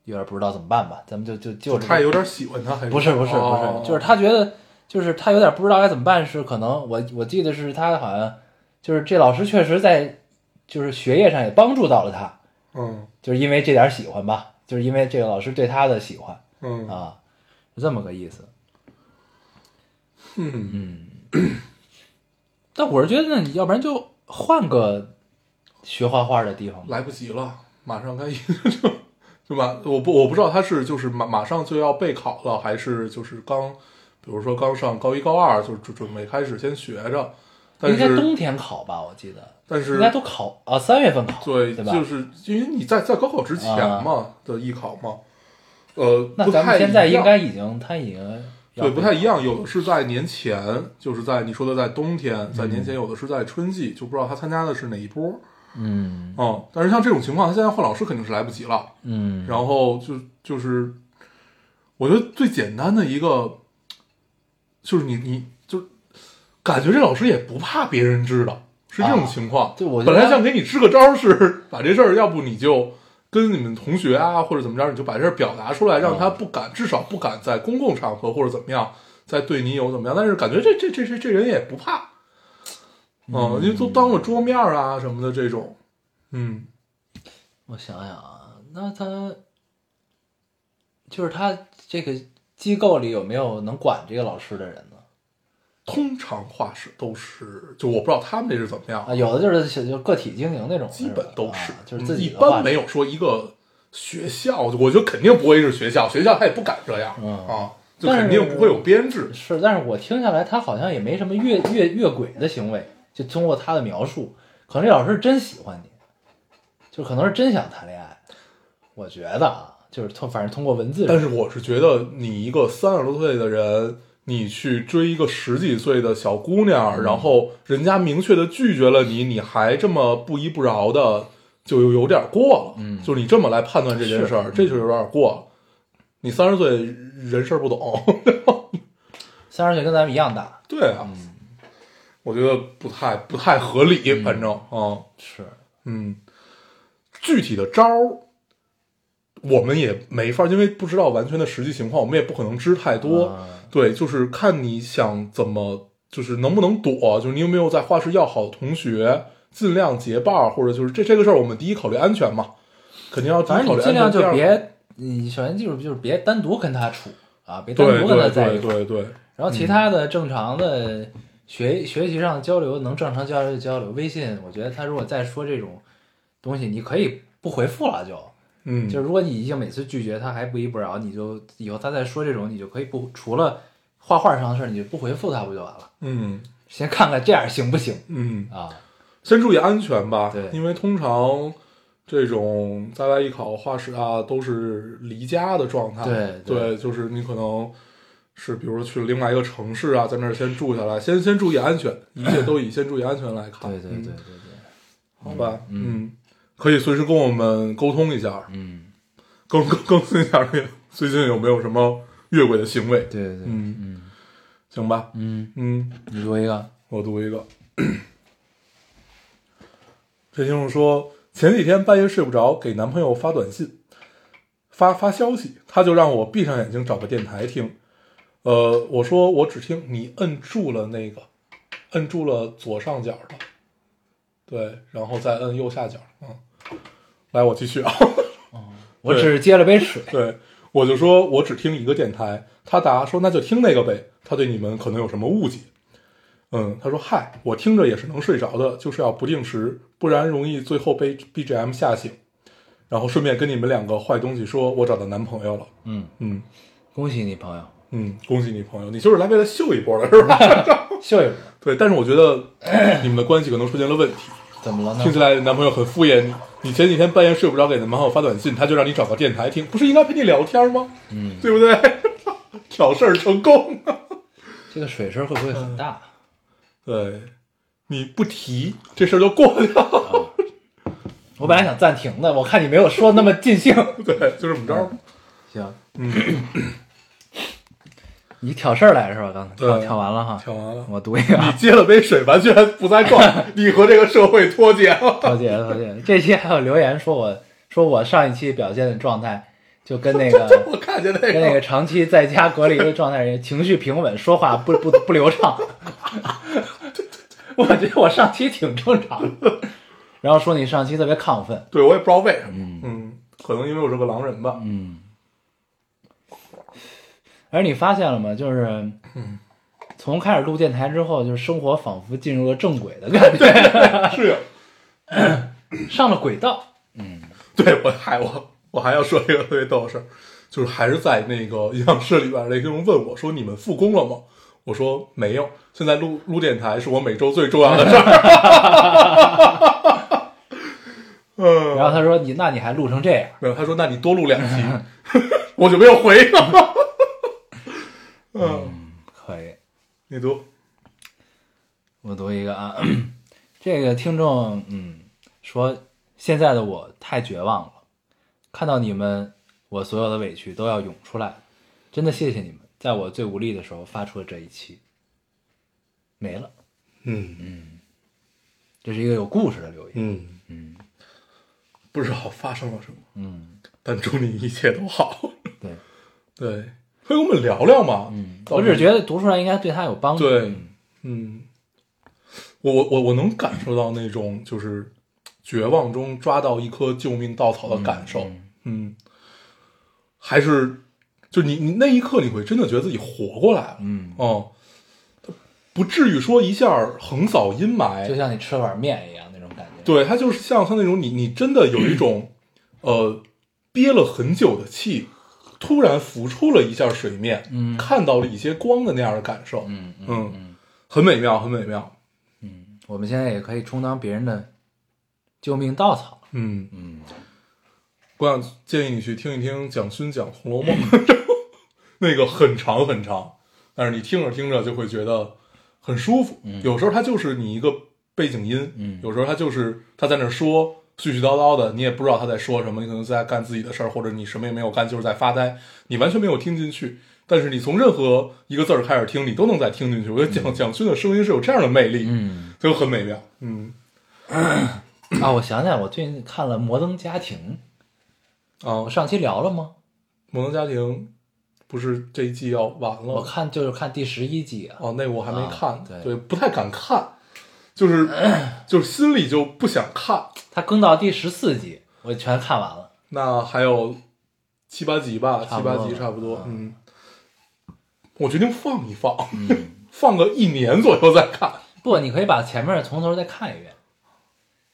Speaker 1: 有点不知道怎么办吧。咱们就就就这个
Speaker 2: 他也有点喜欢他，还
Speaker 1: 不是不是不是，
Speaker 2: 哦
Speaker 1: 就是他觉得就是他有点不知道该怎么办，是可能我我记得是他好像就是这老师确实在就是学业上也帮助到了他，
Speaker 2: 嗯
Speaker 1: 就是因为这点喜欢吧，就是因为这个老师对他的喜欢。
Speaker 2: 嗯
Speaker 1: 啊，是这么个意思。
Speaker 2: 嗯，
Speaker 1: 但我是觉得，你要不然就换个学画画的地方吧。
Speaker 2: 来不及了，马上该 就马我不我不知道他是就是马马上就要备考了，还是就是刚比如说刚上高一高二，就是准准备开始先学着，但
Speaker 1: 应该
Speaker 2: 是
Speaker 1: 冬天考吧，我记得。
Speaker 2: 但是
Speaker 1: 应该都考啊，三月份考，
Speaker 2: 对，
Speaker 1: 吧？啊
Speaker 2: 就是因为你在在高考之前嘛的艺考嘛，呃，
Speaker 1: 那
Speaker 2: 不
Speaker 1: 咱
Speaker 2: 太
Speaker 1: 们现在
Speaker 2: 一
Speaker 1: 应
Speaker 2: 样
Speaker 1: 该已经，他已经要
Speaker 2: 对不太一样，有的是在年前，就是在你说的在冬天，在年前，有的是在春季，就不知道他参加的是哪一波。
Speaker 1: 嗯
Speaker 2: 嗯，但是像这种情况，他现在换老师肯定是来不及了。
Speaker 1: 嗯，
Speaker 2: 然后就就是，我觉得最简单的一个，就是你你就感觉这老师也不怕别人知道，是这种
Speaker 1: 啊
Speaker 2: 情况。
Speaker 1: 对我觉
Speaker 2: 本
Speaker 1: 得
Speaker 2: 来
Speaker 1: 他
Speaker 2: 想给你支个招儿是把这事儿，要不你就跟你们同学啊或者怎么着，你就把这事儿表达出
Speaker 1: 啊
Speaker 2: 来，让他不敢，至少不敢在公共场合或者怎么样再对你有怎么样。但是感觉这这这这这人也不怕，嗯，因为都当了桌面儿啊什么的这种，嗯。
Speaker 1: 我想想啊，那他就是他这个机构里有没有能管这个老师的人呢？
Speaker 2: 通常画室都是，就我不知道他们这是怎么样，
Speaker 1: 啊，有的就是小就个体经营那种，
Speaker 2: 基本都是嗯
Speaker 1: 是吧，啊就是自己
Speaker 2: 一
Speaker 1: 的话
Speaker 2: 般没有说一个学校，我觉得肯定不会是学校，学校他也不敢这样
Speaker 1: 嗯
Speaker 2: 啊，就
Speaker 1: 但是
Speaker 2: 肯定不会有编制。
Speaker 1: 是，但是我听下来，他好像也没什么越越越轨的行为。就通过他的描述，可能这老师是真喜欢你，就可能是真想谈恋爱。我觉得啊，就是通，反正通过文字，
Speaker 2: 但是我是觉得，你一个三十多岁的人，你去追一个十几岁的小姑
Speaker 1: 嗯
Speaker 2: 娘，然后人家明确的拒绝了你，你还这么不依不饶的，就有点过了。嗯，就是你这么来判断这件事儿，这就有点过了。你三十岁人事儿不懂，
Speaker 1: 三十岁跟咱们一样大，
Speaker 2: 对啊，
Speaker 1: 嗯
Speaker 2: 我觉得不太不太合理，反正啊。嗯
Speaker 1: 是
Speaker 2: 嗯，具体的招儿，我们也没法儿，因为不知道完全的实际情况，我们也不可能知太多。
Speaker 1: 啊
Speaker 2: 对，就是看你想怎么，就是能不能躲，就是你有没有在画室要好的同学，尽量结伴儿，或者就是这这个事儿，我们第一考虑安全嘛，肯定要第一
Speaker 1: 反
Speaker 2: 考
Speaker 1: 正
Speaker 2: 虑
Speaker 1: 你
Speaker 2: 安全。
Speaker 1: 尽量就
Speaker 2: 第二
Speaker 1: 别，你首先就是就是别单独跟他处啊，别单
Speaker 2: 对
Speaker 1: 独跟他
Speaker 2: 对
Speaker 1: 在
Speaker 2: 对
Speaker 1: 一块
Speaker 2: 对
Speaker 1: 儿。
Speaker 2: 对，
Speaker 1: 然后其他的正常的学、学习上的交流，能正常交流就交流。微信，我觉得他如果再说这种东西，你可以不回复了就，
Speaker 2: 嗯，
Speaker 1: 就是如果你已经每次拒绝他还不依不饶，你就以后他再说这种，你就可以不除了画画上的事儿，你就不回复他不就完了？
Speaker 2: 嗯
Speaker 1: 先看看这样行不行
Speaker 2: 嗯，
Speaker 1: 啊？
Speaker 2: 先注意安全吧，
Speaker 1: 对
Speaker 2: 因为通常这种在外艺考画室啊，都是离家的状态，
Speaker 1: 对
Speaker 2: 对
Speaker 1: 对
Speaker 2: 就是你可能是比如说去了另外一个城市啊，在那儿先住下来，先先注意安全，一切都以先注意安全来看，
Speaker 1: 对对对
Speaker 2: 嗯
Speaker 1: 对对，
Speaker 2: 好吧，
Speaker 1: 嗯
Speaker 2: 嗯，可以随时跟我们沟通一下，
Speaker 1: 嗯，
Speaker 2: 更更更新一下这个最近有没有什么越轨的行为，
Speaker 1: 对对对，
Speaker 2: 嗯，
Speaker 1: 嗯
Speaker 2: 行吧，
Speaker 1: 嗯，
Speaker 2: 嗯，
Speaker 1: 你读一个，
Speaker 2: 我读一个。这听众说，前几天半夜睡不着，给男朋友发短信，发发消息，他就让我闭上眼睛找个电台听。呃，我说我只听你摁住了那个，摁住了左上角的，对，然后再摁右下角，嗯。来，我继续啊。
Speaker 1: 我
Speaker 2: 对
Speaker 1: 只接了杯水，
Speaker 2: 对，我就说我只听一个电台，他答说那就听那个呗，他对你们可能有什么误解。嗯，他说嗨，我听着也是能睡着的，就是要不定时，不然容易最后被 BGM 吓醒。然后顺便跟你们两个坏东西说，我找到男朋友了。
Speaker 1: 嗯，
Speaker 2: 嗯
Speaker 1: 恭喜你朋友，
Speaker 2: 嗯，恭喜你朋友，你就是来为了秀一波的是吧？
Speaker 1: 秀一波，
Speaker 2: 对，但是我觉得你们的关系可能出现了问题。
Speaker 1: 怎么了呢
Speaker 2: 听？起来男朋友很敷衍你。你前几天半夜睡不着，给男朋友发短信，他就让你找个电台听，不是应该陪你聊天吗？嗯，对不对？挑事儿成功。
Speaker 1: 这个水声会不会很大？
Speaker 2: 对，你不提这事儿就过去了。
Speaker 1: 我本来想暂停的，我看你没有说那么尽兴。
Speaker 2: 对，就这么着。
Speaker 1: 行，
Speaker 2: 嗯，
Speaker 1: 你挑事儿来是吧？刚才挑
Speaker 2: 对
Speaker 1: 挑完了哈，
Speaker 2: 挑完了。
Speaker 1: 我读一个啊，
Speaker 2: 你接了杯水，完全不在 状态，你和这个社会脱节了。
Speaker 1: 了解了解。这期还有留言说我说我上一期表现的状态就跟那 个
Speaker 2: 我看见那
Speaker 1: 跟那
Speaker 2: 个
Speaker 1: 个长期在家隔离的状态人情绪平稳，说话不不不流畅。 我觉得我上期挺正常的，然后说你上期特别亢奋，
Speaker 2: 对我也不知道为什么。嗯，可能因为我是个狼人吧。
Speaker 1: 而你发现了吗？就是
Speaker 2: 嗯
Speaker 1: 从开始录电台之后，就是生活仿佛进入了正轨的感觉，
Speaker 2: 是啊有。
Speaker 1: 上了轨道。
Speaker 2: 对我还我我还要说一个特别逗的事儿，就是还是在那个营养室里边，雷听问我说：“你们复工了吗？”我说：“没有，现在录录电台是我每周最重要的事儿。
Speaker 1: 然后他说你那你还录成这样，”
Speaker 2: 嗯没有，他说：“那你多录两期。” 我就没有回他。嗯，
Speaker 1: 可以。
Speaker 2: 你读，
Speaker 1: 我读一个啊， 这个听众嗯说，现在的我太绝望了，看到你们，我所有的委屈都要涌出来，真的谢谢你们，在我最无力的时候发出了这一期，没了，
Speaker 2: 嗯
Speaker 1: 这是一个有故事的留言，
Speaker 2: 嗯嗯，不知道发生了什么，
Speaker 1: 嗯，
Speaker 2: 但祝你一切都好。
Speaker 1: 对，
Speaker 2: 对，可以跟我们聊聊嘛。
Speaker 1: 嗯，我只是觉得读出来应该对他有帮助，
Speaker 2: 对，嗯，我我我我能感受到那种就是绝望
Speaker 1: 嗯
Speaker 2: 嗯中抓到一颗救命稻草的感受，嗯，还是就是你你那一刻你会真的觉得自己活过来了，
Speaker 1: 嗯，
Speaker 2: 哦、不至于说一下横扫阴
Speaker 1: 就
Speaker 2: 霾，
Speaker 1: 像你吃了碗面一样那种感觉。
Speaker 2: 对，它就是像它那种你你真的有一种，呃，憋了很久的气，突然浮出了一下水面，
Speaker 1: 嗯
Speaker 2: 看到了一些光的那样的感受，
Speaker 1: 嗯嗯
Speaker 2: 嗯
Speaker 1: 嗯
Speaker 2: 很美妙，很美妙，
Speaker 1: 嗯，我们现在也可以充当别人的救命稻草。
Speaker 2: 嗯，
Speaker 1: 嗯，
Speaker 2: 我想建议你去听一听蒋勋讲《红 楼梦》， 那个很长很长，但是你听着听着就会觉得很舒服。有时候它就是你一个背景音，
Speaker 1: 嗯
Speaker 2: 有时候它就是他在那说絮絮叨叨的，你也不知道他在说什么，你可能在干自己的事儿，或者你什么也没有干，就是在发呆，你完全没有听进去。但是你从任何一个字儿开始听，你都能再听进去。我觉得蒋、蒋勋的声音是有这样的魅力，
Speaker 1: 嗯，
Speaker 2: 就很美妙。嗯
Speaker 1: 啊，我想起来，我最近看了《摩登家庭》，
Speaker 2: 啊，《
Speaker 1: 我上期聊了吗？
Speaker 2: 摩登家庭》不是这一季要完了吗？
Speaker 1: 我看就是看第十一季啊。
Speaker 2: 哦，那我还没看，
Speaker 1: 啊对
Speaker 2: 不太敢看，就是 就是心里就不想看。
Speaker 1: 它更到第十四集，我全看完了。
Speaker 2: 那还有七八集吧，
Speaker 1: 差
Speaker 2: 七
Speaker 1: 不多
Speaker 2: 八集差不多
Speaker 1: 了。啊
Speaker 2: 嗯，我决定放一放，
Speaker 1: 嗯，
Speaker 2: 放个一年左右再看。
Speaker 1: 不，你可以把前面从头再看一遍。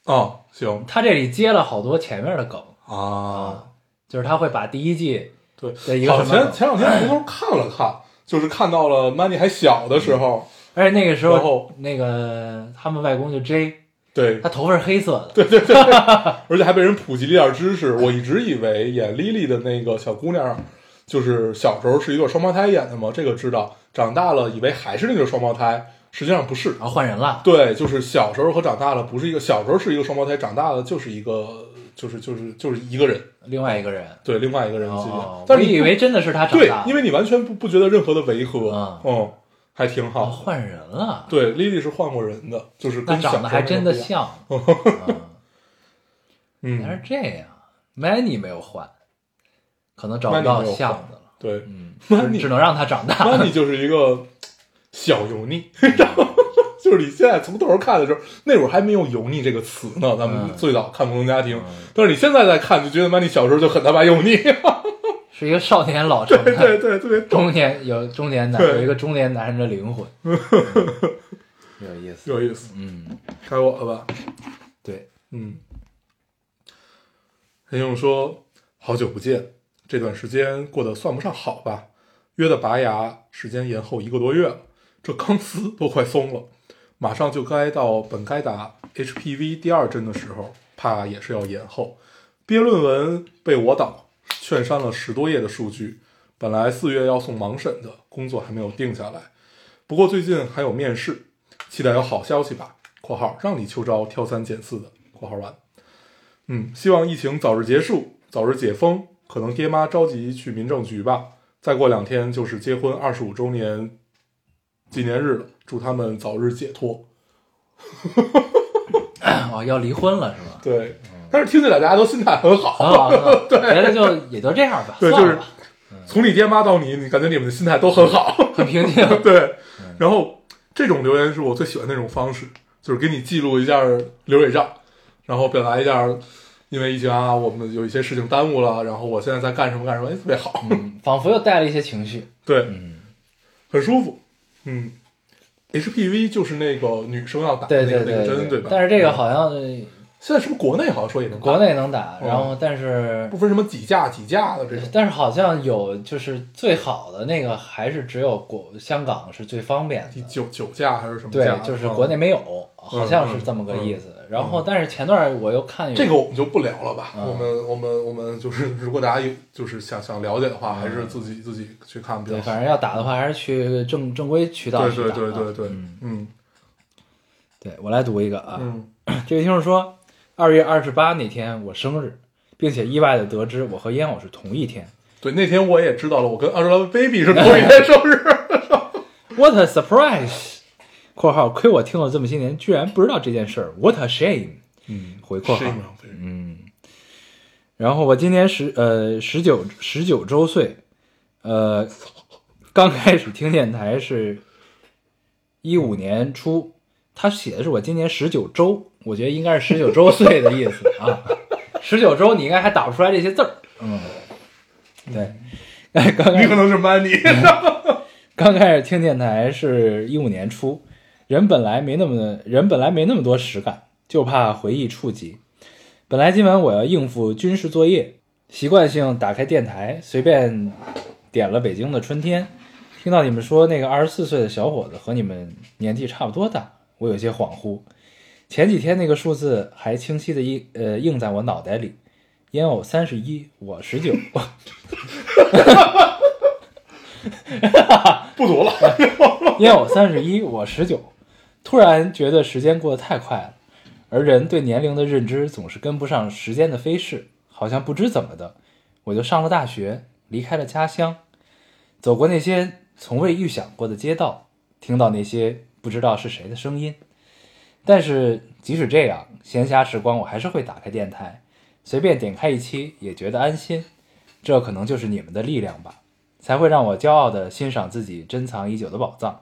Speaker 2: 啊，行
Speaker 1: 它这里接了好多前面的梗，
Speaker 2: 啊，
Speaker 1: 就是他会把第一季
Speaker 2: 对，
Speaker 1: 的一个
Speaker 2: 好
Speaker 1: 什么
Speaker 2: 前
Speaker 1: 梗，
Speaker 2: 前两天回头看了看，就是看到了 Manny 还小的时候，
Speaker 1: 而且那个时
Speaker 2: 然
Speaker 1: 候
Speaker 2: 后
Speaker 1: 那个他们外公就 J，
Speaker 2: 对
Speaker 1: 他，头发是黑色的，对，
Speaker 2: 而且还被人普及了一点知识。我一直以为演 Lily 的那个小姑娘，就是小时候是一对双胞胎演的嘛，这个知道。长大了以为还是那对双胞胎，实际上不是。
Speaker 1: 然后换人了，
Speaker 2: 对，就是小时候和长大了不是一个，小时候是一个双胞胎，长大了就是一个，就是就是就是一个人，
Speaker 1: 另外一个人。
Speaker 2: 对，另外一个人的记忆
Speaker 1: 哦，
Speaker 2: 但
Speaker 1: 我
Speaker 2: 是你
Speaker 1: 以为真的是他长
Speaker 2: 对
Speaker 1: 大，了，
Speaker 2: 因为你完全不不觉得任何的违和，
Speaker 1: 啊
Speaker 2: 嗯，还挺
Speaker 1: 哦
Speaker 2: 好。
Speaker 1: 换人了，
Speaker 2: 对，Lily 是换过人的，就是
Speaker 1: 那
Speaker 2: 跟小时
Speaker 1: 长
Speaker 2: 候
Speaker 1: 得还真的
Speaker 2: 不一样，
Speaker 1: 像。嗯原来
Speaker 2: 嗯，
Speaker 1: 是这样，Many 没有换，可能找
Speaker 2: Manny
Speaker 1: 不到
Speaker 2: 没有换
Speaker 1: 像的了，
Speaker 2: 对
Speaker 1: 嗯，
Speaker 2: ，Manny
Speaker 1: 只能让他长大。
Speaker 2: 那你就是一个小油腻，然后就是你现在从头看的时候，那会儿还没有“油腻”这个词呢。咱们
Speaker 1: 嗯
Speaker 2: 最早看《摩登家庭》但是你现在再看，就觉得妈，你小时候就很他妈油腻。
Speaker 1: 是一个少年老成的，
Speaker 2: 对对对，特别
Speaker 1: 中年有中年男，
Speaker 2: 对
Speaker 1: 有一个中年男人的灵魂，嗯有意思。
Speaker 2: 有意思。
Speaker 1: 嗯，
Speaker 2: 该我了吧？
Speaker 1: 对，
Speaker 2: 嗯。黑熊说：“好久不见，这段时间过得算不上好吧？约的拔牙时间延后一个多月了，这钢丝都快松了，马上就该到本该打 HPV 第二针的时候，怕也是要延后。憋论文被我倒，劝删了十多页的数据。本来四月要送盲审的工作还没有定下来，不过最近还有面试，期待有好消息吧。（括号让你秋招挑三拣四的）（括号完）嗯，希望疫情早日结束，早日解封。可能爹妈着急去民政局吧，再过两天就是结婚二十五周年纪念日了，祝他们早日解脱。
Speaker 1: 哦，要离婚了是吧？哦
Speaker 2: 对，但是听起来大家都心态很
Speaker 1: 很
Speaker 2: 好，
Speaker 1: 好，很 好觉得就也就这样吧，
Speaker 2: 对
Speaker 1: 算
Speaker 2: 就
Speaker 1: 了
Speaker 2: 是
Speaker 1: 吧，
Speaker 2: 从你爹妈到你，你感觉你们的心态都很好。
Speaker 1: 很平静。
Speaker 2: 对，
Speaker 1: 嗯
Speaker 2: 然后这种留言是我最喜欢的那种方式，就是给你记录一下流水账，然后表达一下，因为疫情啊，我们有一些事情耽误了，然后我现在在干什么干什么，哎，特别好，
Speaker 1: 嗯，仿佛又带了一些情绪。
Speaker 2: 对，
Speaker 1: 嗯，
Speaker 2: 很舒服，嗯。HPV 就是那个女生要打的
Speaker 1: 对
Speaker 2: 那个
Speaker 1: 对
Speaker 2: 那个针，
Speaker 1: 对
Speaker 2: 对吧？嗯
Speaker 1: 但是这个好像
Speaker 2: 现在是不是国内好像说也能打
Speaker 1: 国内能打，
Speaker 2: 嗯
Speaker 1: 然后但是
Speaker 2: 不分什么几价几价的这种
Speaker 1: 但是好像有就是最好的那个还是只有国香港是最方便
Speaker 2: 第
Speaker 1: 的，
Speaker 2: 九九价还是什么
Speaker 1: 对
Speaker 2: 价？，
Speaker 1: 就是
Speaker 2: 嗯
Speaker 1: 国内没有，好像是这么个意思。然后但是前段我又看有
Speaker 2: 这个我们就不聊了吧。
Speaker 1: 嗯
Speaker 2: 我们我们我们就是，如果大家有就是想想了解的话，还是自己自己去看比较
Speaker 1: 嗯对，
Speaker 2: 好。
Speaker 1: 反正要打的话还是去正正规渠道
Speaker 2: 对
Speaker 1: 去
Speaker 2: 对
Speaker 1: 打啊。
Speaker 2: 对对对，
Speaker 1: 嗯
Speaker 2: 嗯
Speaker 1: 对我来读一个啊，
Speaker 2: 嗯
Speaker 1: 这位听众说，二月二十八那天我生日，并且意外的得知我和烟偶是同一天。
Speaker 2: 对，那天我也知道了，我跟 Angelababy 是同一天生日。
Speaker 1: What a surprise！（括号亏我听了这么些年，居然不知道这件事儿。What a shame！）
Speaker 2: 嗯，
Speaker 1: 回括号。
Speaker 2: 是吗对
Speaker 1: 嗯，然后我今年十呃十九十九周岁，呃，刚开始听电台是一五年初，他写的是我今年十九周，我觉得应该是十九周岁的意思啊，十九周你应该还打不出来这些字儿，嗯，对， 哎，刚开
Speaker 2: 你
Speaker 1: 始
Speaker 2: 可能是 Money，
Speaker 1: 嗯刚开始听电台是一五年初，人本来没那么人本来没那么多实感，就怕回忆触及。本来今晚我要应付军事作业，习惯性打开电台，随便点了《北京的春天》，听到你们说那个二十四岁的小伙子和你们年纪差不多大，我有些恍惚。前几天那个数字还清晰的印呃印在我脑袋里，烟偶三十一，我十九。
Speaker 2: 不 读了。
Speaker 1: 因为我三十一，我十九，突然觉得时间过得太快了，而人对年龄的认知总是跟不上时间的飞逝，好像不知怎么的，我就上了大学，离开了家乡，走过那些从未预想过的街道，听到那些不知道是谁的声音。但是即使这样，闲暇时光我还是会打开电台，随便点开一期，也觉得安心。这可能就是你们的力量吧。才会让我骄傲地欣赏自己珍藏已久的宝藏。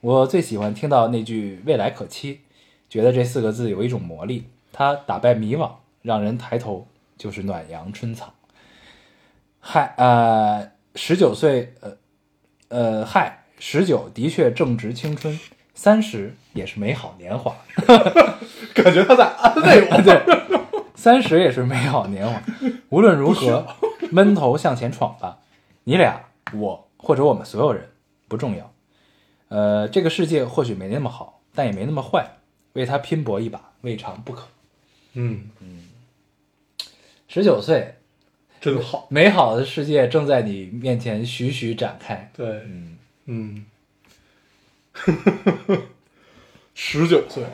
Speaker 1: 我最喜欢听到那句“未来可期”，觉得这四个字有一种魔力，它打败迷惘，让人抬头就是暖阳春草。嗨，呃，十九岁，呃，呃，嗨，十九的确正值青春，三十也是美好年华。
Speaker 2: 感觉他在安慰我。
Speaker 1: 对，三十也是美好年华。无论如何，闷头向前闯吧。你俩、我或者我们所有人不重要。呃，这个世界或许没那么好，但也没那么坏，为他拼搏一把，未尝不可。
Speaker 2: 嗯，
Speaker 1: 十九岁，
Speaker 2: 真好。
Speaker 1: 美好的世界正在你面前徐徐展开。
Speaker 2: 对，
Speaker 1: 嗯，
Speaker 2: 嗯， 十九岁，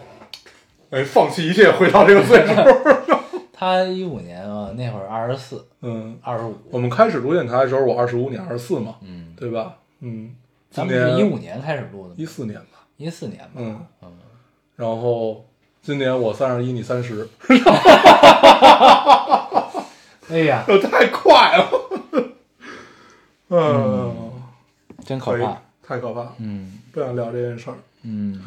Speaker 2: 哎，放弃一切，回到这个岁 数。
Speaker 1: 他一五年啊，那会儿二十四、
Speaker 2: 嗯，
Speaker 1: 二十五，
Speaker 2: 我们开始录电台的时候，我二十五，你二十四嘛，
Speaker 1: 嗯，
Speaker 2: 对吧？嗯，今
Speaker 1: 咱们
Speaker 2: 年
Speaker 1: 是一五年开始录的
Speaker 2: 一
Speaker 1: 嘛，
Speaker 2: 四年吧，
Speaker 1: 一四年吧。
Speaker 2: 嗯
Speaker 1: 嗯
Speaker 2: 然后今年我三十一，你三十，
Speaker 1: 哎呀，
Speaker 2: 太快了。 嗯，
Speaker 1: 真可
Speaker 2: 可以
Speaker 1: 怕。，
Speaker 2: 太可怕了，
Speaker 1: 嗯
Speaker 2: 不想聊这件事儿。
Speaker 1: 嗯。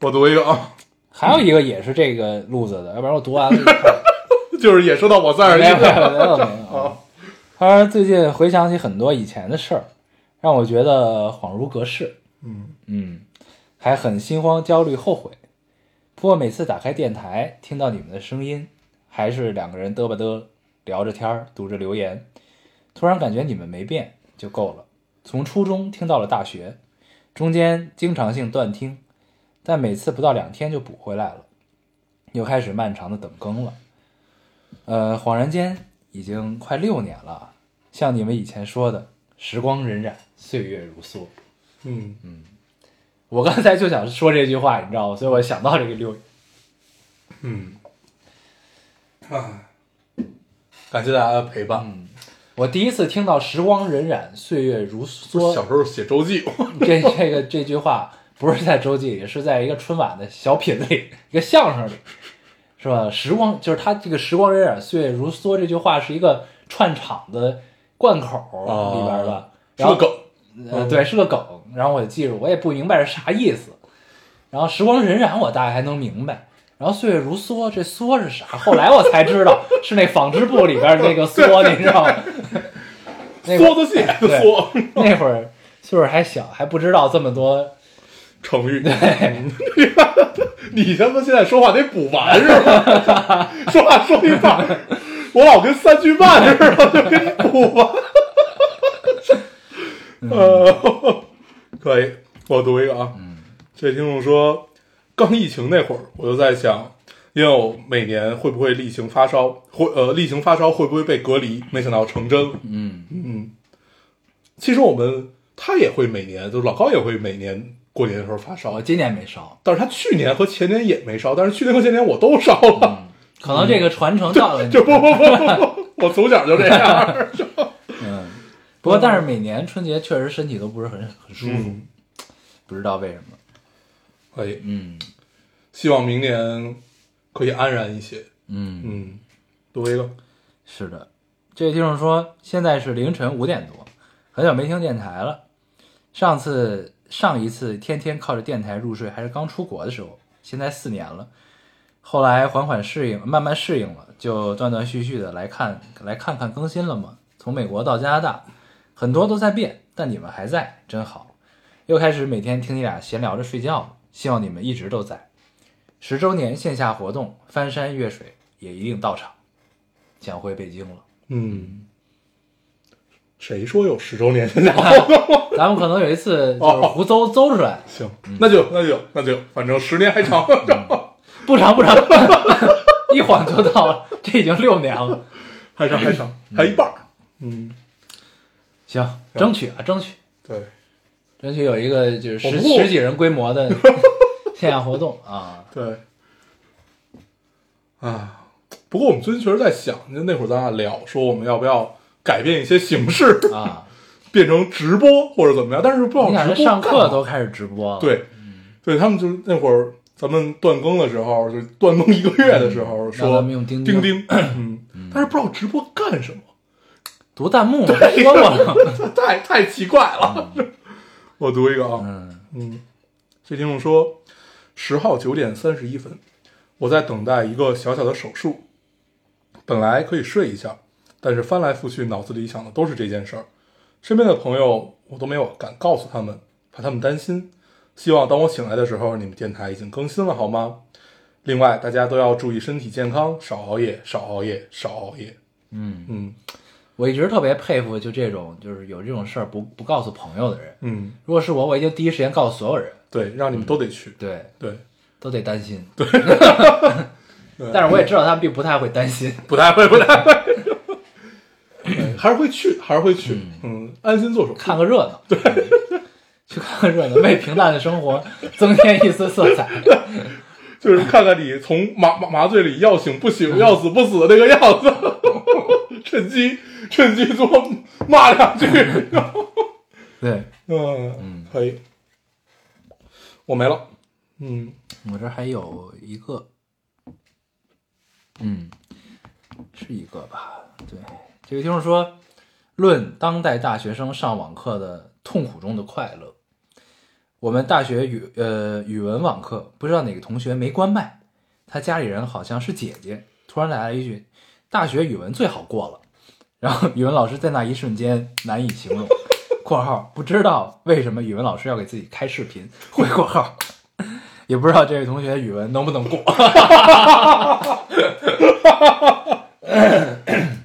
Speaker 2: 我读一个啊，
Speaker 1: 还有一个也是这个路子的，要不然我读完了 就看了。
Speaker 2: 就是也说到我三十
Speaker 1: 没有
Speaker 2: 一
Speaker 1: 没有
Speaker 2: 了。
Speaker 1: 没有 没有。他说最近回想起很多以前的事儿，让我觉得恍如隔世。
Speaker 2: 嗯
Speaker 1: 嗯，还很心慌、焦虑、后悔。不过每次打开电台，听到你们的声音，还是两个人嘚吧嘚聊着天儿，读着留言，突然感觉你们没变就够了。从初中听到了大学，中间经常性断听，但每次不到两天就补回来了，又开始漫长的等更了。呃，恍然间已经快六年了啊，像你们以前说的，时光荏苒，岁月如梭。
Speaker 2: 嗯，
Speaker 1: 我刚才就想说这句话，你知道吗？所以我想到这个六，
Speaker 2: 嗯，唉，感谢大家的陪伴。
Speaker 1: 嗯我第一次听到“时光荏苒，岁月如
Speaker 2: 我小
Speaker 1: 梭
Speaker 2: 时候写周记，”
Speaker 1: 这这个这句话，不是在周记里，是在一个春晚的小品里，一个相声里，是吧？时光就是他这个“时光荏苒，岁月如梭”这句话是一个串场的贯口
Speaker 2: 啊
Speaker 1: 里边的，
Speaker 2: 是
Speaker 1: 然后
Speaker 2: 个梗。
Speaker 1: 呃，
Speaker 2: 嗯
Speaker 1: 对，是个梗。然后我就记住，我也不明白是啥意思。然后时光荏苒，我大概还能明白。然后岁月如梭，这梭是啥？后来我才知道是那纺织布里边儿那个梭，你知道吗？那会
Speaker 2: 梭
Speaker 1: 儿
Speaker 2: 子蟹的
Speaker 1: 对
Speaker 2: 梭，
Speaker 1: 那会儿岁数还小，还不知道这么多。
Speaker 2: 成 语。嗯 你他妈现在说话得补完是吧？ 说话说一半儿，我老跟三句半 似的，就给你补完。呃， 可以，我读一个啊。这听众说，刚疫情那会儿，我就在想，因为我每年会不会例行发烧，会呃例行发烧会不会被隔离？没想到成真了。
Speaker 1: 嗯
Speaker 2: 嗯，其实我们他也会每年，就是老高也会每年过年的时候发烧
Speaker 1: 我，今年没烧，
Speaker 2: 但是他去年和前年也没烧，但是去年和前年我都烧了，
Speaker 1: 可能这个传承到了
Speaker 2: 嗯
Speaker 1: 你。
Speaker 2: 就不不不不不，我从小就这样。
Speaker 1: 嗯，不过但是每年春节确实身体都不是很很舒服，
Speaker 2: 嗯，
Speaker 1: 不知道为什么。
Speaker 2: 可以，
Speaker 1: 嗯
Speaker 2: 希望明年可以安然一些。
Speaker 1: 嗯。
Speaker 2: 嗯，读一个，
Speaker 1: 是的，这位听众说，现在是凌晨五点多，很久没听电台了。上次上一次天天靠着电台入睡，还是刚出国的时候，现在四年了。后来缓缓适应，慢慢适应了，就断断续续的来看来看看更新了嘛。从美国到加拿大，很多都在变，但你们还在，真好。又开始每天听你俩闲聊着睡觉了，希望你们一直都在。十周年线下活动，翻山越水也一定到场。想回北京了，
Speaker 2: 嗯，谁说有十周年？哦
Speaker 1: 咱们可能有一次就是胡诌诌出来，
Speaker 2: 行，那就那就那就，反正十年还长。
Speaker 1: 不长不长， 一晃就到了，这已经六年了。
Speaker 2: 还长还长，还一半儿。嗯，
Speaker 1: 行，争取啊，争取，
Speaker 2: 对，
Speaker 1: 争取有一个就是
Speaker 2: 我
Speaker 1: 十
Speaker 2: 不过
Speaker 1: 十几人规 模的线下活动啊。
Speaker 2: 对，啊，不过我们最近确实在想，就那会儿咱俩聊说我们要不要改变一些形式，
Speaker 1: 啊，
Speaker 2: 变成直播或者怎么样，但是不知道
Speaker 1: 你想
Speaker 2: 直
Speaker 1: 这
Speaker 2: 播
Speaker 1: 上
Speaker 2: 干
Speaker 1: 课嗯
Speaker 2: 嘛
Speaker 1: 都开始直播了，，
Speaker 2: 对，对他们就是那会儿咱们断更的时候，就断更一个月的时候
Speaker 1: 让
Speaker 2: 说
Speaker 1: 嗯咱们用钉钉
Speaker 2: 钉钉，嗯，但是不知道直播干什么，
Speaker 1: 读弹幕嘛说过了，
Speaker 2: 太太奇怪了。 我读一个啊，嗯这听众说，十号九点三十一分，我在等待一个小小的手术，本来可以睡一下，但是翻来覆去脑子里想的都是这件事儿，身边的朋友我都没有敢告诉他们，怕他们担心。希望当我醒来的时候，你们电台已经更新了，好吗？另外，大家都要注意身体健康，少熬夜，少熬夜，少熬夜。
Speaker 1: 嗯，
Speaker 2: 嗯
Speaker 1: 我一直特别佩服就这种就是有这种事儿不不告诉朋友的人，
Speaker 2: 嗯，
Speaker 1: 如果是我，我一定第一时间告诉所有人，
Speaker 2: 对，让你们都得去。
Speaker 1: 对，
Speaker 2: 对，
Speaker 1: 都得担心，
Speaker 2: 对
Speaker 1: 但是我也知道他们并不太会担心，
Speaker 2: 不太会，不太会，对哎还是会去，还是会去，嗯，安心做手术。
Speaker 1: 看个热闹，对， 去看个热闹，为平淡的生活增添一丝色彩，
Speaker 2: 就是看看你从麻麻麻醉里要醒不
Speaker 1: 嗯
Speaker 2: 醒、要死不死的那个样子， 趁机趁机多骂两 句，
Speaker 1: 对
Speaker 2: 嗯，可以，我没了，嗯，
Speaker 1: 我这还有一个，嗯，是一个吧？对，这个就是说，论当代大学生上网课的痛苦中的快乐。我们大学语呃语文网课，不知道哪个同学没关麦，他家里人好像是姐姐，突然来了一句：“大学语文最好过了。”然后语文老师在那一瞬间难以形容。 （括号不知道为什么语文老师要给自己开视频，回括号。）也不知道这位同学语文能不能过。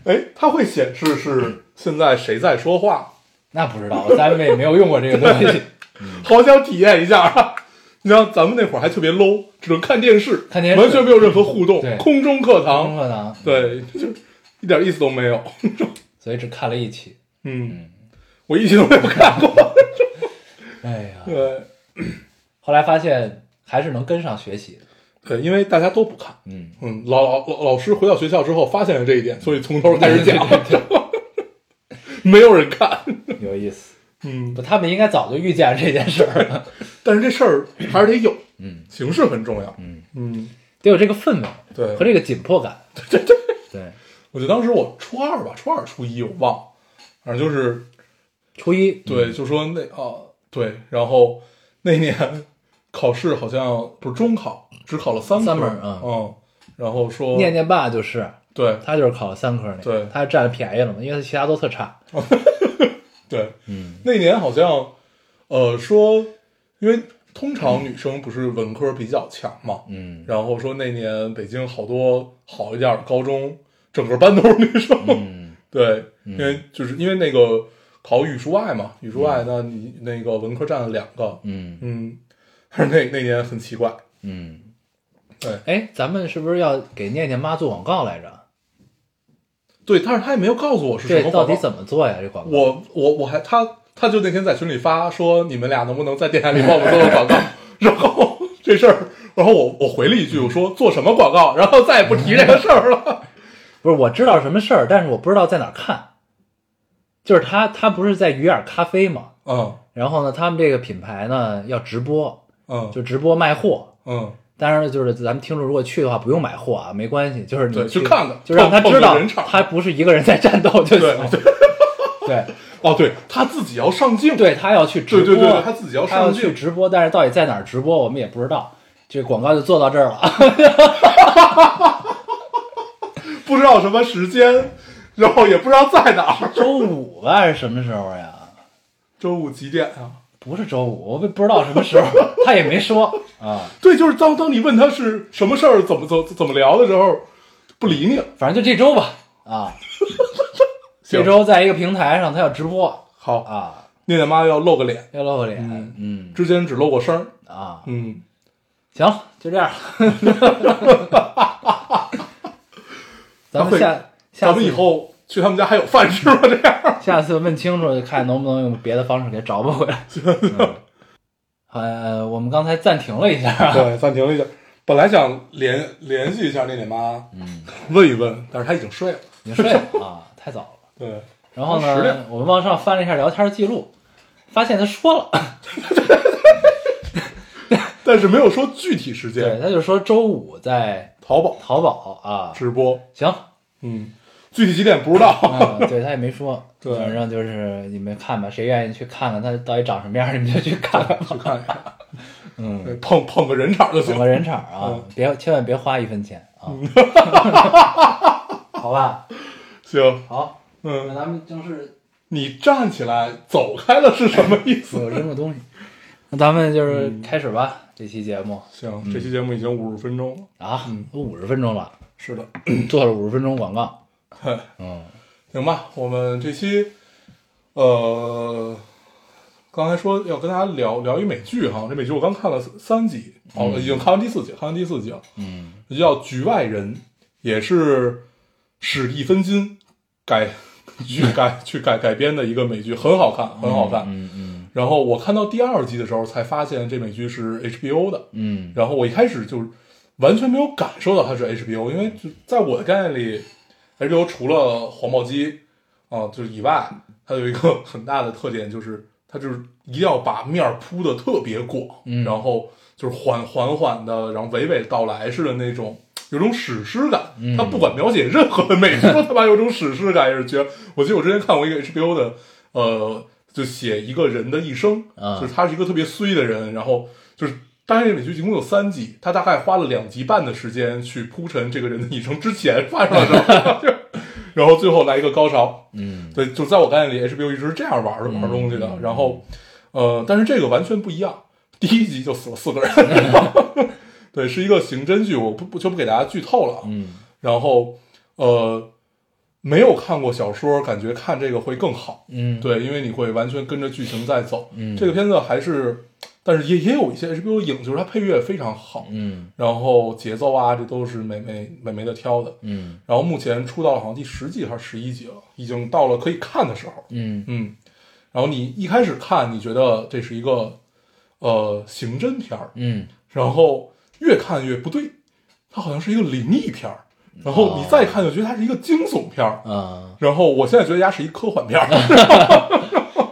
Speaker 2: 哎，它会显示是现在谁在说话，
Speaker 1: 那不知道，单位没有用过这个东 西。
Speaker 2: 好想体验一下。啊你像咱们那会儿还特别 low，只能看电视，
Speaker 1: 看电视
Speaker 2: 完全没有任何互动
Speaker 1: 对，
Speaker 2: 空中课堂，
Speaker 1: 功课堂，
Speaker 2: 对，就一点意思都没有。
Speaker 1: 所以只看了一期。
Speaker 2: 嗯，我一集都没有看 过。
Speaker 1: 哎呀，
Speaker 2: 对，
Speaker 1: 后来发现还是能跟上学习的。
Speaker 2: 对，因为大家都不看。
Speaker 1: 嗯，
Speaker 2: 嗯，老老老老师回到学校之后发现了这一点，所以从头开始 讲，
Speaker 1: 嗯
Speaker 2: 没有人看。
Speaker 1: 有意思。
Speaker 2: 嗯
Speaker 1: 不，，他们应该早就预见这件事儿了，
Speaker 2: 但是这事儿还是得有，
Speaker 1: 嗯，
Speaker 2: 形式很重要。
Speaker 1: 嗯
Speaker 2: 嗯，
Speaker 1: 得有这个氛围
Speaker 2: 对
Speaker 1: 和这个紧迫感。对对对，
Speaker 2: 我记得当时我初二吧，初二初一我忘了，反正就是
Speaker 1: 初一
Speaker 2: 对，就说那啊对，然后那年考试好像不是中考，只考了三
Speaker 1: 三
Speaker 2: 科
Speaker 1: 门嗯
Speaker 2: 嗯，然后说
Speaker 1: 念念爸就是
Speaker 2: 对
Speaker 1: 他，就是考了三科那个，
Speaker 2: 对
Speaker 1: 他占了便宜了嘛，因为他其他都特差。
Speaker 2: 对，嗯，那年好像，呃，说，因为通常女生不是文科比较强嘛，
Speaker 1: 嗯
Speaker 2: 然后说那年北京好多好一点的高中，整个班都是女生，
Speaker 1: 嗯
Speaker 2: 对，因为就是因为那个考语数外嘛，语数外那你那个文科占了两个，
Speaker 1: 嗯
Speaker 2: 嗯，但是那那年很奇怪，
Speaker 1: 嗯，
Speaker 2: 对
Speaker 1: 哎，咱们是不是要给念念妈做广告来着？
Speaker 2: 对，但是他也没有告诉我是什
Speaker 1: 这
Speaker 2: 么
Speaker 1: 到
Speaker 2: 广
Speaker 1: 底
Speaker 2: 告，
Speaker 1: 怎么做呀？这广告
Speaker 2: 我我我还他他就那天在群里发说你们俩能不能在电台里帮我们做个广 告，然后这事儿，然后我我回了一句我说做什么广告，然后再也不提这个事儿了。
Speaker 1: 不是我知道什么事儿，但是我不知道在哪儿看。就是他，他不是在鱼眼咖啡嘛？
Speaker 2: 嗯
Speaker 1: 然后呢，他们这个品牌呢要直播，
Speaker 2: 嗯
Speaker 1: 就直播卖货。
Speaker 2: 嗯，
Speaker 1: 当然了，就是咱们听众如果去的话，不用买货啊，没关系，就是你
Speaker 2: 对去看看
Speaker 1: 就让他
Speaker 2: 碰
Speaker 1: 知道
Speaker 2: 碰见人场
Speaker 1: 他不是一个人在战斗就行。
Speaker 2: 对对
Speaker 1: 对
Speaker 2: 哦对，他自己要上镜，
Speaker 1: 对他要去直播，
Speaker 2: 对对对他自己要
Speaker 1: 他要
Speaker 2: 上镜
Speaker 1: 去直播，但是到底在哪儿直播，我们也不知道。这广告就做到 这儿了。
Speaker 2: 不知道什么时间，然后也不知道在哪儿。
Speaker 1: 周五吧还是什么时候呀？
Speaker 2: 周五几点啊？
Speaker 1: 不是周五，我不知道什么时候，他也没说啊。
Speaker 2: 对，就是当当你问他是什么事儿，怎么怎怎么聊的时候，不理你了。
Speaker 1: 反正就这周吧啊，这
Speaker 2: 行
Speaker 1: 周在一个平台上他要直播
Speaker 2: 好，
Speaker 1: 啊，
Speaker 2: 念念妈要露个脸，
Speaker 1: 要露个脸，
Speaker 2: 嗯
Speaker 1: 嗯
Speaker 2: 之前只露过声儿。
Speaker 1: 啊，
Speaker 2: 嗯，
Speaker 1: 行，就这样，咱们下下
Speaker 2: 咱们
Speaker 1: 次
Speaker 2: 以后去他们家还有饭吃吗？这样
Speaker 1: 下次问清楚，看能不能用别的方式给找补回来。嗯呃，我们刚才暂停了一下，
Speaker 2: 对，暂停了一下。本来想联联系一下念念妈，
Speaker 1: 嗯，
Speaker 2: 问一问，但是她已经睡了。
Speaker 1: 你睡了啊，太早了。
Speaker 2: 对，
Speaker 1: 然后
Speaker 2: 十点
Speaker 1: 呢，我们往上翻了一下聊天记录，发现他说了，
Speaker 2: 但是没有说具体时
Speaker 1: 对，
Speaker 2: 间。
Speaker 1: 他就说周五在
Speaker 2: 淘宝
Speaker 1: 淘宝啊，
Speaker 2: 直播，
Speaker 1: 行，
Speaker 2: 嗯，具体几点不知道。
Speaker 1: 啊，对他也没说，
Speaker 2: 对
Speaker 1: 反正就是你们看吧，谁愿意去看看他到底长什么样，你们就去看 看吧。
Speaker 2: 去看一下，
Speaker 1: 嗯，
Speaker 2: 对碰碰个人场就行
Speaker 1: 捧。个人场啊
Speaker 2: 嗯，
Speaker 1: 别千万别花一分钱啊，好吧？
Speaker 2: 行，
Speaker 1: 好，那
Speaker 2: 嗯，
Speaker 1: 咱们正式
Speaker 2: 你站起来走开了是什么意思？
Speaker 1: 我扔个东西，那咱们就是开始吧，这期节目
Speaker 2: 行，这期节目已经五十分钟了。
Speaker 1: 啊，都五十分钟了，
Speaker 2: 是的，
Speaker 1: 做了五十分钟广告，
Speaker 2: 行吧，我们这期，呃，刚才说要跟大家聊聊一美剧哈，这美剧我刚看了三集，哦，已经看完第四集，看完第四集了，
Speaker 1: 嗯，
Speaker 2: 叫《局外人》，也是史蒂芬金改去改去改改编的一个美剧，很好看，很好看。
Speaker 1: 嗯嗯
Speaker 2: 然后我看到第二集的时候，才发现这美剧是 HBO 的，
Speaker 1: 嗯
Speaker 2: 然后我一开始就完全没有感受到它是 HBO，因为就在我的概念里，HBO 除了黄暴鸡啊、就是以外，它有一个很大的特点就是它就是一定要把面儿铺的特别广，
Speaker 1: 嗯
Speaker 2: 然后就是缓缓缓的，然后娓娓道来似的那种。有种史诗感，
Speaker 1: 嗯
Speaker 2: 它不管描写任何的美术，他妈有种史诗感，也是觉得。我记得我之前看过一个 HBO 的，呃，就写一个人的一生，
Speaker 1: 啊
Speaker 2: 就是他是一个特别衰的人，然后就是当然这美剧一共有三集，他大概花了两集半的时间去铺陈这个人的一生之前发生了什么， 就然后最后来一个高潮。
Speaker 1: 嗯
Speaker 2: 对，就在我概念里，HBO 一直是这样玩儿的玩儿东西的。然后，呃，但是这个完全不一样，第一集就死了四个人。 对，是一个刑侦剧，我不不就不给大家剧透了啊。
Speaker 1: 嗯
Speaker 2: 然后，呃，没有看过小说，感觉看这个会更好。
Speaker 1: 嗯，
Speaker 2: 对，因为你会完全跟着剧情在走。
Speaker 1: 嗯
Speaker 2: 这个片子还是，但是也也有一些 HBO 影，就是它配乐非常好，
Speaker 1: 嗯
Speaker 2: 然后节奏啊，这都是美美美美的挑的。
Speaker 1: 嗯
Speaker 2: 然后目前出到好像第十集还是十一集了，已经到了可以看的时候。
Speaker 1: 嗯
Speaker 2: 嗯，然后你一开始看，你觉得这是一个呃刑侦片儿，
Speaker 1: 嗯，
Speaker 2: 然后越看越不对，它好像是一个灵异片儿，然后你再看就觉得它是一个惊悚片儿，
Speaker 1: 啊，
Speaker 2: 然后我现在觉得它是一科幻片 儿。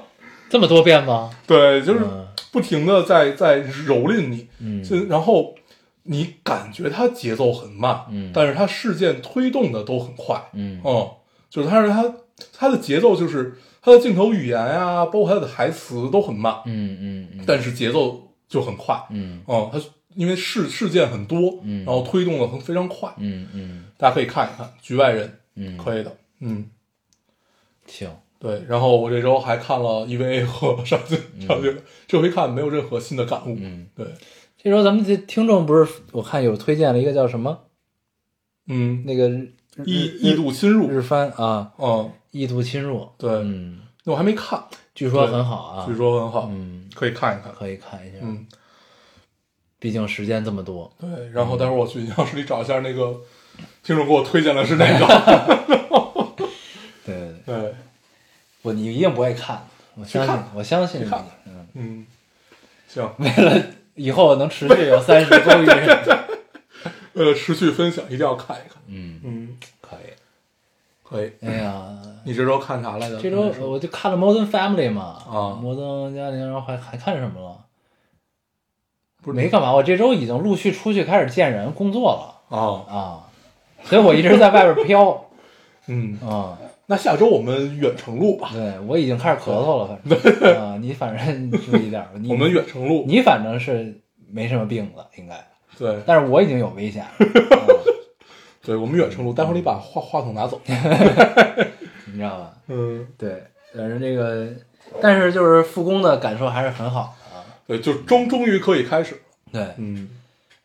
Speaker 1: 这么多遍吗？
Speaker 2: 对，就是
Speaker 1: 嗯
Speaker 2: 不停的在在蹂躏你，
Speaker 1: 嗯
Speaker 2: 就然后你感觉它节奏很慢，
Speaker 1: 嗯
Speaker 2: 但是它事件推动的都很快，
Speaker 1: 嗯
Speaker 2: 嗯，就是它是它它的节奏就是它的镜头语言啊，包括它的台词都很慢，
Speaker 1: 嗯嗯
Speaker 2: 但是节奏就很快，
Speaker 1: 嗯
Speaker 2: 嗯，它因为事事件很多，
Speaker 1: 嗯
Speaker 2: 然后推动的很非常快，
Speaker 1: 嗯嗯
Speaker 2: 大家可以看一看《局外人
Speaker 1: 嗯》，
Speaker 2: 可以的，嗯。
Speaker 1: 行，
Speaker 2: 对，然后我这周还看了 EVA 和上镜上镜，这回看没有任何新的感悟。
Speaker 1: 嗯，
Speaker 2: 对，
Speaker 1: 这时候咱们这听众不是我看有推荐了一个叫什么
Speaker 2: 嗯，
Speaker 1: 那个日
Speaker 2: 异
Speaker 1: 日
Speaker 2: 异度侵入，
Speaker 1: 日番啊，
Speaker 2: 嗯，
Speaker 1: 异度侵入，
Speaker 2: 对，
Speaker 1: 嗯，
Speaker 2: 那我还没看，
Speaker 1: 据说
Speaker 2: 对
Speaker 1: 很好啊，
Speaker 2: 据说很好，
Speaker 1: 嗯，
Speaker 2: 可以看一看。
Speaker 1: 可以看一下，
Speaker 2: 嗯，
Speaker 1: 毕竟时间这么多，
Speaker 2: 对，然后待会儿我去影像室里找一下那个听众给我推荐的是哪 个。
Speaker 1: 对对对，
Speaker 2: 对，
Speaker 1: 我你一定不会看，我相
Speaker 2: 去
Speaker 1: 信
Speaker 2: 看
Speaker 1: 我相信你
Speaker 2: 去看，
Speaker 1: 嗯，
Speaker 2: 嗯，行，
Speaker 1: 为了以后能持续有三十公里，
Speaker 2: 为了持续分享，一定要看一看。
Speaker 1: 嗯，
Speaker 2: 嗯，
Speaker 1: 可以，
Speaker 2: 可以。
Speaker 1: 哎呀。
Speaker 2: 你这周看啥来着？
Speaker 1: 这周呃我就看了《Modern Family》嘛，
Speaker 2: 啊
Speaker 1: 摩登家庭》，然后还还看什么了？
Speaker 2: 不是
Speaker 1: 没干嘛，我这周已经陆续出去开始见人、工作了
Speaker 2: 啊，
Speaker 1: 啊，所以我一直在外边飘
Speaker 2: 嗯，
Speaker 1: 啊。
Speaker 2: 那下周我们远程录吧，
Speaker 1: 对我已经开始咳嗽了，反正啊，你反正注意点儿。你
Speaker 2: 我们远程录。
Speaker 1: 你反正是没什么病了，应该，
Speaker 2: 对，
Speaker 1: 但是我已经有危险了。啊
Speaker 2: 对我们远程录，待会儿你把话话筒拿走。
Speaker 1: 你知道吧？
Speaker 2: 嗯，
Speaker 1: 对，反正这个，但是就是复工的感受还是很好的啊。
Speaker 2: 对，就终终于可以开始了。
Speaker 1: 对，
Speaker 2: 嗯，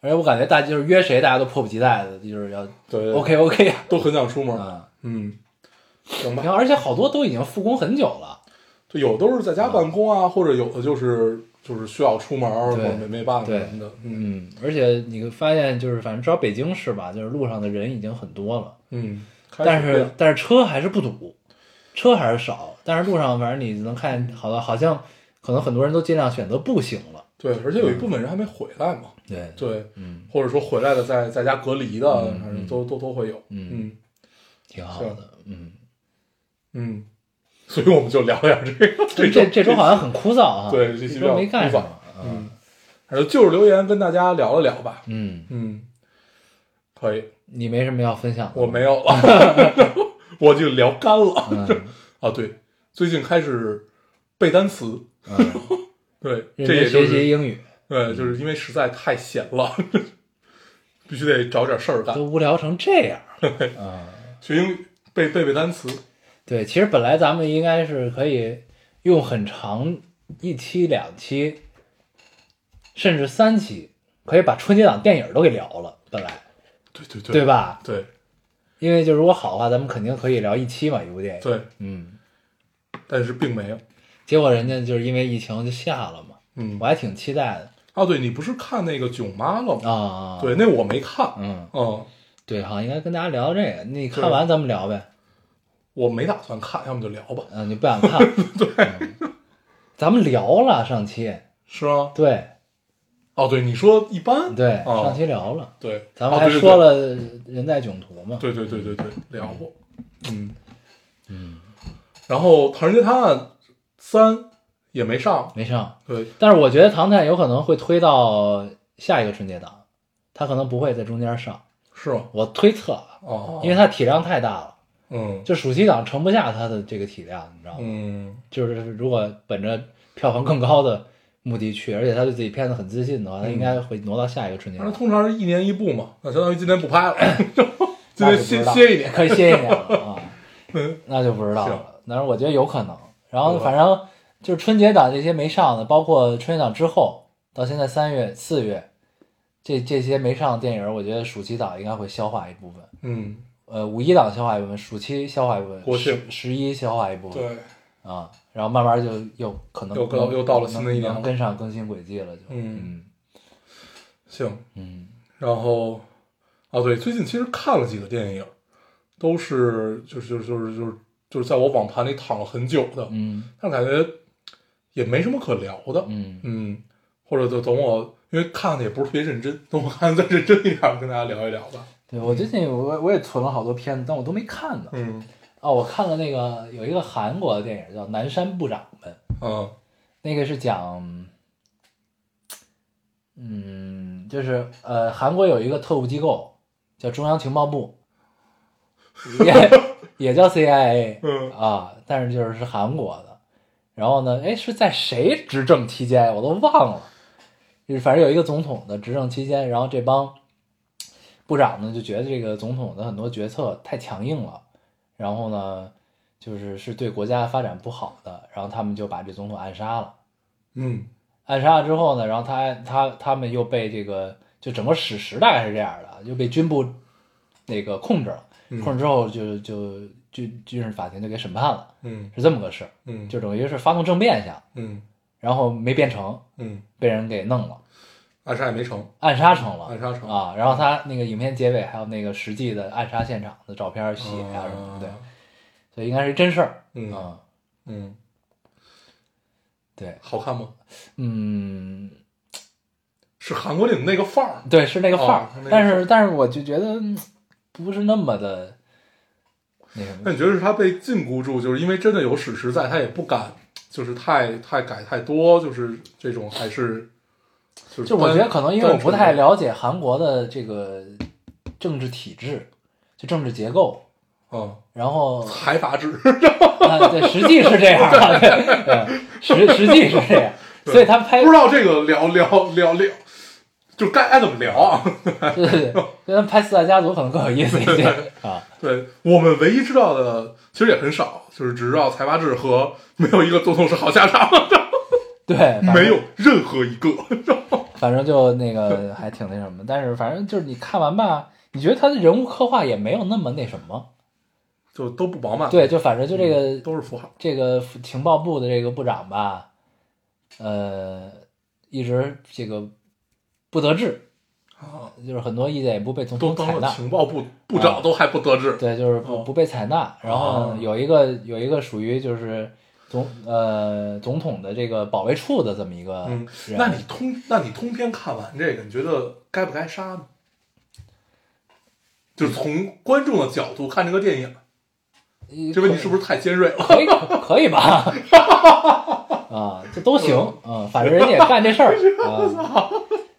Speaker 1: 而且我感觉大家就是约谁，大家都迫不及待的，就是要
Speaker 2: 对
Speaker 1: OK OK 啊
Speaker 2: 都很想出门。
Speaker 1: 啊。
Speaker 2: 嗯，行
Speaker 1: 你
Speaker 2: 吧。
Speaker 1: 看，而且好多都已经复工很久了。
Speaker 2: 就有的都是在家办公啊，或者有的就是就是需要出门儿，或
Speaker 1: 对
Speaker 2: 者没没办法
Speaker 1: 对
Speaker 2: 什么的。嗯
Speaker 1: 嗯，而且你会发现，就是反正至少北京市吧，就是路上的人已经很多了，
Speaker 2: 嗯，开始
Speaker 1: 但是
Speaker 2: 变
Speaker 1: 但是车还是不堵，车还是少，但是路上反正你能看好了，好像可能很多人都尽量选择步行了。
Speaker 2: 对，而且有一
Speaker 1: 嗯
Speaker 2: 部分人还没回来嘛。
Speaker 1: 对，
Speaker 2: 对，
Speaker 1: 嗯，
Speaker 2: 或者说回来的在在家隔离的，
Speaker 1: 嗯
Speaker 2: 反正都都都会有。
Speaker 1: 嗯
Speaker 2: 嗯啊
Speaker 1: 挺好的。嗯，
Speaker 2: 嗯，所以我们就聊点这个。
Speaker 1: 这
Speaker 2: 这
Speaker 1: 这周好像很枯燥哈，
Speaker 2: 对这
Speaker 1: 这
Speaker 2: 期
Speaker 1: 周没干
Speaker 2: 比较
Speaker 1: 什
Speaker 2: 枯
Speaker 1: 么
Speaker 2: 燥。
Speaker 1: 嗯
Speaker 2: 嗯，反正就是留言跟大家聊了聊吧。
Speaker 1: 嗯，
Speaker 2: 嗯，可以，
Speaker 1: 你没什么要分享的吗？
Speaker 2: 我没 有了，我就聊干了。
Speaker 1: 嗯，
Speaker 2: 啊，对，最近开始背单词，
Speaker 1: 嗯，
Speaker 2: 对，这
Speaker 1: 认真
Speaker 2: 也就
Speaker 1: 学
Speaker 2: 是
Speaker 1: 习英语
Speaker 2: 对，就是因为实在太闲了， 必须得找点事儿干
Speaker 1: 都，无聊成这样。嗯，
Speaker 2: 学英语，背背背单词。
Speaker 1: 对，其实本来咱们应该是可以用很长一期、两期，甚至三期，可以把春节档电影都给聊了。本来
Speaker 2: 对对对，
Speaker 1: 对？吧？
Speaker 2: 对
Speaker 1: 因为就如果好的话，咱们肯定可以聊一期嘛，一部电影。
Speaker 2: 对，
Speaker 1: 嗯，
Speaker 2: 但是并没有。
Speaker 1: 结果人家就是因为疫情就下了嘛，
Speaker 2: 嗯
Speaker 1: 我，还挺期待的
Speaker 2: 啊，对你不是看那个《囧妈》了吗？
Speaker 1: 啊。
Speaker 2: 对，，那我没看。
Speaker 1: 嗯，
Speaker 2: 嗯，
Speaker 1: 对，好像应该跟大家聊这个。你看
Speaker 2: 对
Speaker 1: 完咱们聊呗。
Speaker 2: 我没打算看，要么就聊吧。
Speaker 1: 嗯，你不想 看？对、咱们聊了上期，
Speaker 2: 是吗？
Speaker 1: 对
Speaker 2: 哦，对，你说一般。
Speaker 1: 对，
Speaker 2: 哦
Speaker 1: 上期聊了，
Speaker 2: 对，
Speaker 1: 咱们
Speaker 2: 哦
Speaker 1: 还
Speaker 2: 对对
Speaker 1: 说了人在囧途嘛。
Speaker 2: 对对对对对，聊过。嗯嗯，
Speaker 1: 嗯
Speaker 2: 然后《唐人街探案三》也没上。
Speaker 1: 没上，
Speaker 2: 对，
Speaker 1: 但是我觉得《唐探》有可能会推到下一个春节档，它可能不会在中间上，
Speaker 2: 是吗？
Speaker 1: 我推测啊，
Speaker 2: 哦，
Speaker 1: 因为它体量太大了，
Speaker 2: 嗯
Speaker 1: 就暑期档盛不下它的这个体量，你知道吗？
Speaker 2: 嗯
Speaker 1: 就是如果本着票房更高的目的去，而且他对自己片子很自信的话，他应该会挪到下一个春节
Speaker 2: 反正
Speaker 1: 档。
Speaker 2: 通常是一年一部嘛，那相当于今年不拍了， 今
Speaker 1: 哎那
Speaker 2: 年
Speaker 1: 就不
Speaker 2: 歇
Speaker 1: 知道
Speaker 2: 歇一年。
Speaker 1: 可以歇一年 了啊。
Speaker 2: 嗯
Speaker 1: 那就不知道
Speaker 2: 行
Speaker 1: 了。但是我觉得有可能。然后
Speaker 2: 对吧
Speaker 1: 反正就是春节档这些没上的，包括春节档之后到现在三月、四月，这这些没上的电影，我觉得暑期档应该会消化一部分。
Speaker 2: 嗯，
Speaker 1: 呃，五一档消化一部分，暑期消化一部分，
Speaker 2: 国庆
Speaker 1: 十十一消化一部分
Speaker 2: 对，
Speaker 1: 啊，然后慢慢就又可能
Speaker 2: 又到
Speaker 1: 能
Speaker 2: 又到了新的一年了
Speaker 1: 能跟上更新轨迹了就，
Speaker 2: 嗯
Speaker 1: 嗯
Speaker 2: 行。
Speaker 1: 嗯
Speaker 2: 然后，啊，对，最近其实看了几个电影，都是就是就是就是就是就是在我网盘里躺了很久的，
Speaker 1: 嗯
Speaker 2: 但感觉也没什么可聊的。
Speaker 1: 嗯
Speaker 2: 嗯，或者就等我，因为看的也不是特别认真，等我看的再认真一点，我跟大家聊一聊吧。
Speaker 1: 对我最近我我也存了好多片子，但我都没看呢。
Speaker 2: 嗯
Speaker 1: 哦，我看了那个有一个韩国的电影叫《南山部长们》，
Speaker 2: 嗯
Speaker 1: 那个是讲，嗯，就是呃，韩国有一个特务机构叫中央情报部，也 也叫 CIA
Speaker 2: 嗯
Speaker 1: 啊，但是就是是韩国的。然后呢，哎，是在谁执政期间我都忘了，就是反正有一个总统的执政期间，然后这帮部长呢就觉得这个总统的很多决策太强硬了，然后呢。就是是对国家发展不好的，然后他们就把这总统暗杀了。
Speaker 2: 嗯
Speaker 1: 暗杀了之后呢，然后他他他们又被这个就整个史实大概是这样的，又被军部那个控制了，
Speaker 2: 嗯
Speaker 1: 控制之后就就军军事法庭就给审判了，
Speaker 2: 嗯
Speaker 1: 是这么个事儿，
Speaker 2: 嗯，
Speaker 1: 就等于是发动政变想，
Speaker 2: 嗯
Speaker 1: 然后没变成，
Speaker 2: 嗯，
Speaker 1: 被人给弄了，
Speaker 2: 暗杀也没成。
Speaker 1: 暗杀成了，
Speaker 2: 暗杀成
Speaker 1: 啊，然后他那个影片结尾还有那个实际的暗杀现场的照片儿、血啊什么的，对，所以应该是真事儿，
Speaker 2: 嗯
Speaker 1: 啊，
Speaker 2: 嗯，
Speaker 1: 对，
Speaker 2: 好看吗？
Speaker 1: 嗯。
Speaker 2: 是韩国电影那个范儿。
Speaker 1: 对，是那个范儿、
Speaker 2: 哦是那个
Speaker 1: 但是但是我就觉得嗯不是那么的那什么
Speaker 2: 那，你觉得是他被禁锢住，就是因为真的有史实在，他也不敢，就是太太改太多，就是这种还是就是
Speaker 1: 就我觉得可能因为我不太
Speaker 2: 了
Speaker 1: 了解韩国的这个政治体制，就政治结构，
Speaker 2: 嗯
Speaker 1: 然后
Speaker 2: 财阀制，
Speaker 1: 啊，对，实际是这样啊，对，对实实际是这样，所以他拍
Speaker 2: 不知道这个聊聊聊聊，就该爱怎么聊啊。
Speaker 1: 对对对，跟拍《四大家族》可能更有意思一些啊。
Speaker 2: 对我们唯一知道的，其实也很少，就是只知道财阀制和没有一个总统是好下场的，
Speaker 1: 对，反正
Speaker 2: 没有，任何一个。
Speaker 1: 反正就那个还挺那什么，但是反正就是你看完吧，你觉得他的人物刻画也没有那么那什么。
Speaker 2: 就都不饱满，
Speaker 1: 对，就反正就这个、
Speaker 2: 都是符号。
Speaker 1: 这个情报部的这个部长吧，呃，一直这个不得志，
Speaker 2: 啊，
Speaker 1: 就是很多意见也不被总
Speaker 2: 都
Speaker 1: 统
Speaker 2: 当
Speaker 1: 采
Speaker 2: 了
Speaker 1: 纳。
Speaker 2: 情报部部长都还不得志，
Speaker 1: 啊对，就是不
Speaker 2: 哦
Speaker 1: 不被采纳。然后
Speaker 2: 哦
Speaker 1: 呢有一个有一个属于就是总呃总统的这个保卫处的这么一个人
Speaker 2: 嗯，，那你通那你通篇看完这个，你觉得该不该杀呢？
Speaker 1: 嗯
Speaker 2: 就是从观众的角度看这个电影，
Speaker 1: 你
Speaker 2: 这问题是不是太尖锐了？
Speaker 1: 呃 可以可以吧？ 啊，这都行
Speaker 2: 嗯
Speaker 1: 啊，反正人家也干这事儿 啊。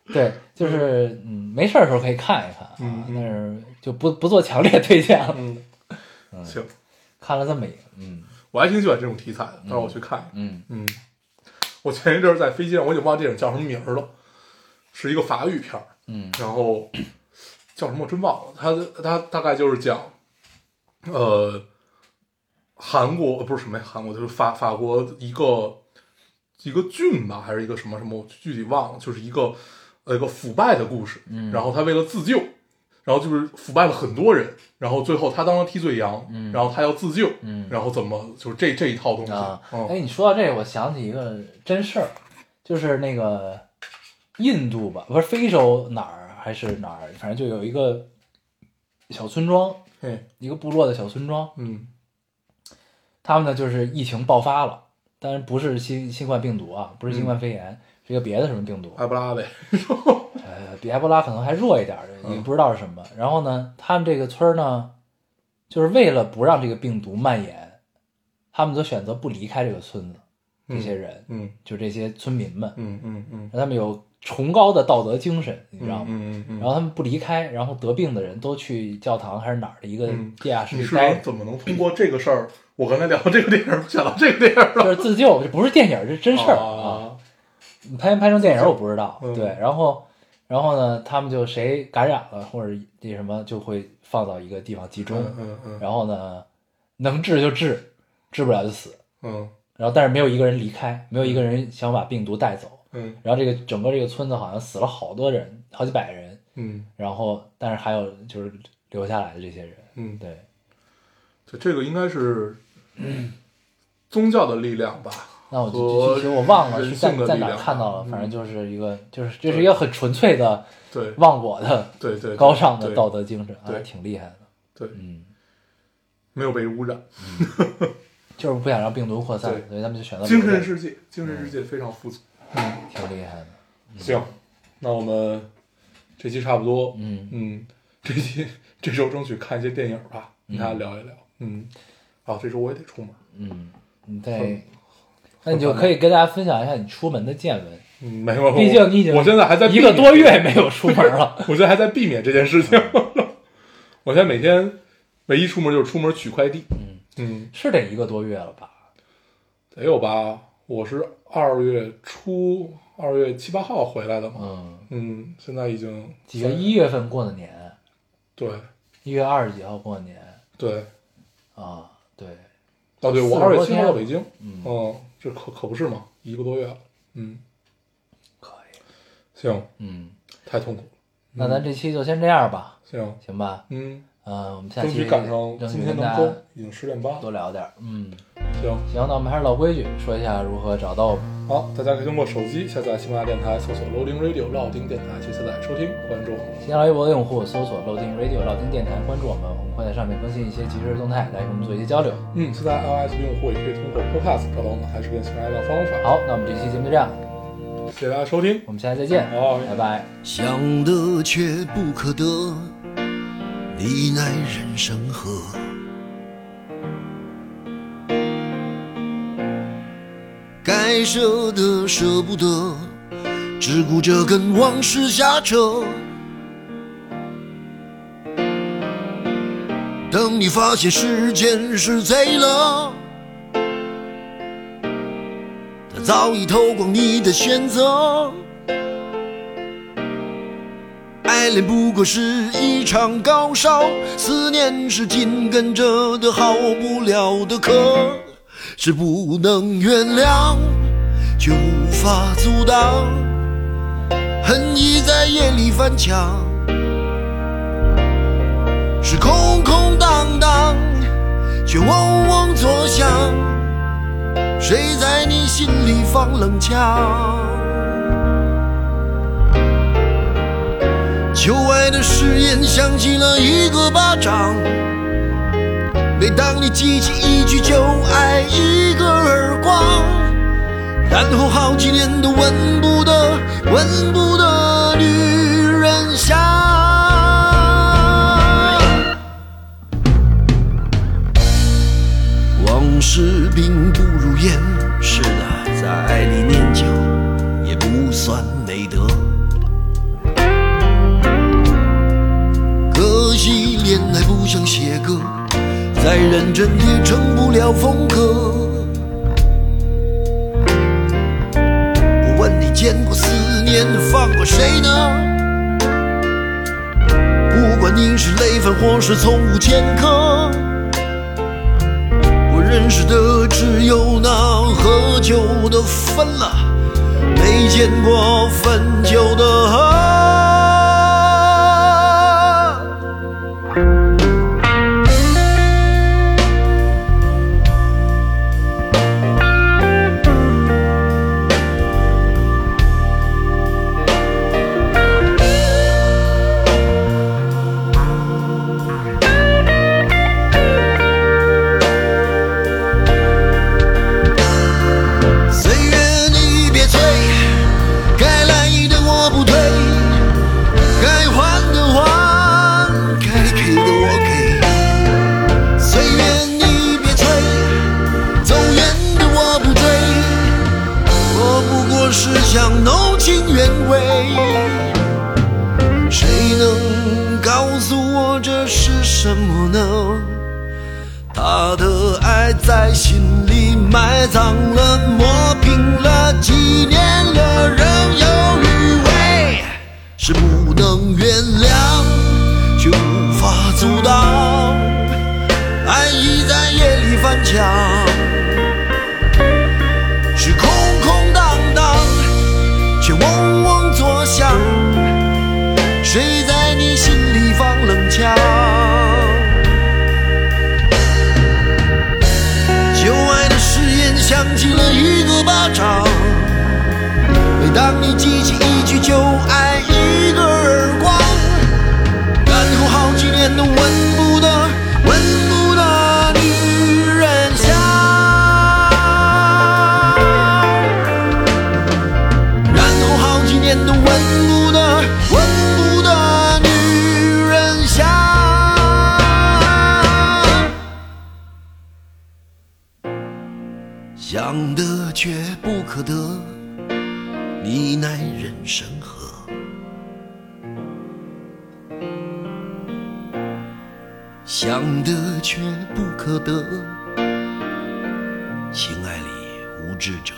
Speaker 1: 对，就是嗯，没事儿的时候可以看一看
Speaker 2: 嗯
Speaker 1: 啊，
Speaker 2: 嗯
Speaker 1: 但是就不不做强烈推荐了。
Speaker 2: 嗯，行，
Speaker 1: 看了这么一个，嗯
Speaker 2: 我还挺喜欢这种题材的，到时候我去看一看。
Speaker 1: 嗯，
Speaker 2: 嗯，我前一阵儿在飞机上，我已经忘了电影叫什么名儿了，是一个法语片儿，
Speaker 1: 嗯，
Speaker 2: 然后叫什么我真忘了，它它大概就是讲，呃，韩国呃不是什么呀，韩国就是法法国一个一个郡吧，还是一个什么什么，我具体忘了，就是一个呃一个腐败的故事，嗯，然后他为了自救。然后就是腐败了很多人，然后最后他当了替罪羊，嗯、然后他要自救，嗯、然后怎么就是这这一套东西
Speaker 1: 啊，
Speaker 2: 嗯
Speaker 1: 哎，你说到这个，我想起一个真事儿，就是那个印度吧，不是非洲哪儿还是哪儿，反正就有一个小村庄，
Speaker 2: 嘿，
Speaker 1: 一个部落的小村庄，
Speaker 2: 嗯
Speaker 1: 他们呢就是疫情爆发了，当然不是新新冠病毒啊，不是新冠肺炎，是一个别的什么病毒，，
Speaker 2: 埃布拉呗，
Speaker 1: 呃，比埃博拉可能还弱一点儿，也不知道是什么。然后呢，他们这个村儿呢，就是为了不让这个病毒蔓延，他们都选择不离开这个村子，这些人、
Speaker 2: 嗯
Speaker 1: 就这些村民们，
Speaker 2: 嗯嗯嗯，
Speaker 1: 他们有崇高的道德精神，你知道吗？
Speaker 2: 嗯嗯嗯。
Speaker 1: 然后他们不离开，然后得病的人都去教堂还是哪儿的一个
Speaker 2: 嗯
Speaker 1: 地下室
Speaker 2: 你
Speaker 1: 里
Speaker 2: 是
Speaker 1: 待着
Speaker 2: 能，怎么能通过这个事儿，我刚才聊这个电影，想到这个电影了？
Speaker 1: 就是自救，这不是电影儿，这真事儿啊。
Speaker 2: 啊，
Speaker 1: 拍没拍成电影儿我不知道，
Speaker 2: 嗯
Speaker 1: 对，然后然后呢，他们就谁感染了或者那什么，就会放到一个地方集中，
Speaker 2: 嗯嗯嗯
Speaker 1: 然后呢，能治就治，治不了就死，
Speaker 2: 嗯
Speaker 1: 然后但是没有一个人离开，没有一个人想把病毒带走，
Speaker 2: 嗯
Speaker 1: 然后这个整个这个村子好像死了好多人，好几百人，
Speaker 2: 嗯
Speaker 1: 然后但是还有就是留下来的这些人，
Speaker 2: 嗯，
Speaker 1: 对，
Speaker 2: 就这个应该是宗教的力量吧？
Speaker 1: 那我
Speaker 2: 和
Speaker 1: 就其实我忘了
Speaker 2: 人
Speaker 1: 是在
Speaker 2: 性的
Speaker 1: 在
Speaker 2: 力
Speaker 1: 哪儿
Speaker 2: 量
Speaker 1: 看到了，
Speaker 2: 嗯
Speaker 1: 反正就是一个就是这是一个很纯粹的
Speaker 2: 对
Speaker 1: 忘我的
Speaker 2: 对对，对
Speaker 1: 高尚的
Speaker 2: 对
Speaker 1: 道德精神，
Speaker 2: 对
Speaker 1: 还挺厉害的。
Speaker 2: 对
Speaker 1: 嗯，
Speaker 2: 没有被污染，
Speaker 1: 就是不想让病毒扩散，
Speaker 2: 对
Speaker 1: 所以他们就选择
Speaker 2: 精
Speaker 1: 留
Speaker 2: 神
Speaker 1: 着
Speaker 2: 世界，精神世界非常富足。
Speaker 1: 挺厉害的。
Speaker 2: 行，那我们这期差不多，
Speaker 1: 嗯，
Speaker 2: 嗯，这期这周争取看一些电影吧，跟大家聊一聊。嗯，啊，这周我也得出门。
Speaker 1: 嗯，你再，那你就可以跟大家分享一下你出门的见闻。
Speaker 2: 嗯，没有，
Speaker 1: 毕竟你已经
Speaker 2: 我现在还在
Speaker 1: 一个
Speaker 2: 避免
Speaker 1: 多月没 有出门了。
Speaker 2: 我现在还在避免这件事情。我现在每天唯一出门就是出门取快递。嗯
Speaker 1: 是得一个多月了吧？
Speaker 2: 得有吧？我是二月初，二月七八号回来的嘛。
Speaker 1: 嗯，
Speaker 2: 嗯，现在已经
Speaker 1: 几个一月份过的年，
Speaker 2: 对
Speaker 1: 一月二十几号过的年
Speaker 2: 对
Speaker 1: 啊，对，
Speaker 2: 啊，对我
Speaker 1: 四十
Speaker 2: 二
Speaker 1: 多
Speaker 2: 月七号
Speaker 1: 天
Speaker 2: 到
Speaker 1: 了
Speaker 2: 北京。嗯，这可可不是嘛，一个多月了。嗯，
Speaker 1: 可以。
Speaker 2: 行，
Speaker 1: 嗯，
Speaker 2: 太痛苦了。
Speaker 1: 那咱这期就先这样吧，
Speaker 2: 行，
Speaker 1: 行吧？
Speaker 2: 嗯，
Speaker 1: 嗯，我们下
Speaker 2: 争
Speaker 1: 期
Speaker 2: 取赶上今
Speaker 1: 争取
Speaker 2: 天
Speaker 1: 跟大
Speaker 2: 能
Speaker 1: 家
Speaker 2: 更，已经十点半。
Speaker 1: 多聊点儿。嗯，
Speaker 2: 行，
Speaker 1: 行，那我们还是老规矩，说一下如何找到我们。
Speaker 2: 好，大家可以通过手机下载喜马拉雅电台，搜索 Loading Radio 老丁电台去下载收听，关注我们。
Speaker 1: 新浪微博的用户搜索“漏听 Radio” 老听电台，关注我们，我们会在上面更新一些即时动态，来跟我们做一些交流。
Speaker 2: 嗯，现在 iOS 用户也可以通过 Podcast 找到我们，还是跟喜马拉雅的方法。
Speaker 1: 好，那我们这期节目就这样，
Speaker 2: 谢谢大家收听。
Speaker 1: 我们下期再见，
Speaker 2: 好
Speaker 1: 拜拜。
Speaker 3: 想得却不可得，你奈人生何？该舍的舍不得，只顾着跟往事瞎扯。等你发现时间是贼了，它早已偷光你的选择。爱恋不过是一场高烧，思念是紧跟着的好不了的咳，是不能原谅，却无法阻挡，恨意在夜里翻墙，是空空荡荡，却嗡嗡作响，谁在你心里放冷枪？旧爱的誓言响起了一个巴掌。每当你记起一句旧爱，一个耳光，然后好几年都闻不得、闻不得女人香。往事并不如烟，是的，在爱里念旧也不算美德。可惜恋爱不像写歌，再认真也成不了风格。我问你见过思念放过谁呢？不管你是累犯或是从无前科，我认识的只有那喝酒的分了，没见过分酒的。岁月你别催，该来的我不推，该还的还，该给的我给。岁月你别催，走远的我不追，我不过是想弄清原委。谁能告诉我这是什么呢？他的爱在心里埋葬了，磨平了几年了，仍有余味，是不能原谅，却无法阻挡，爱已在夜里翻墙，是空空荡荡，却嗡嗡作响，谁在你心里放冷枪？旧爱的誓言响起了一个巴掌。每当你记起一句旧爱，一个耳光，然后好几年都闻不得，闻不得女人香。然后好几年都闻不得，闻不得女人香。想得却不可得，你奈人生何？想得却不可得，情爱里无知者。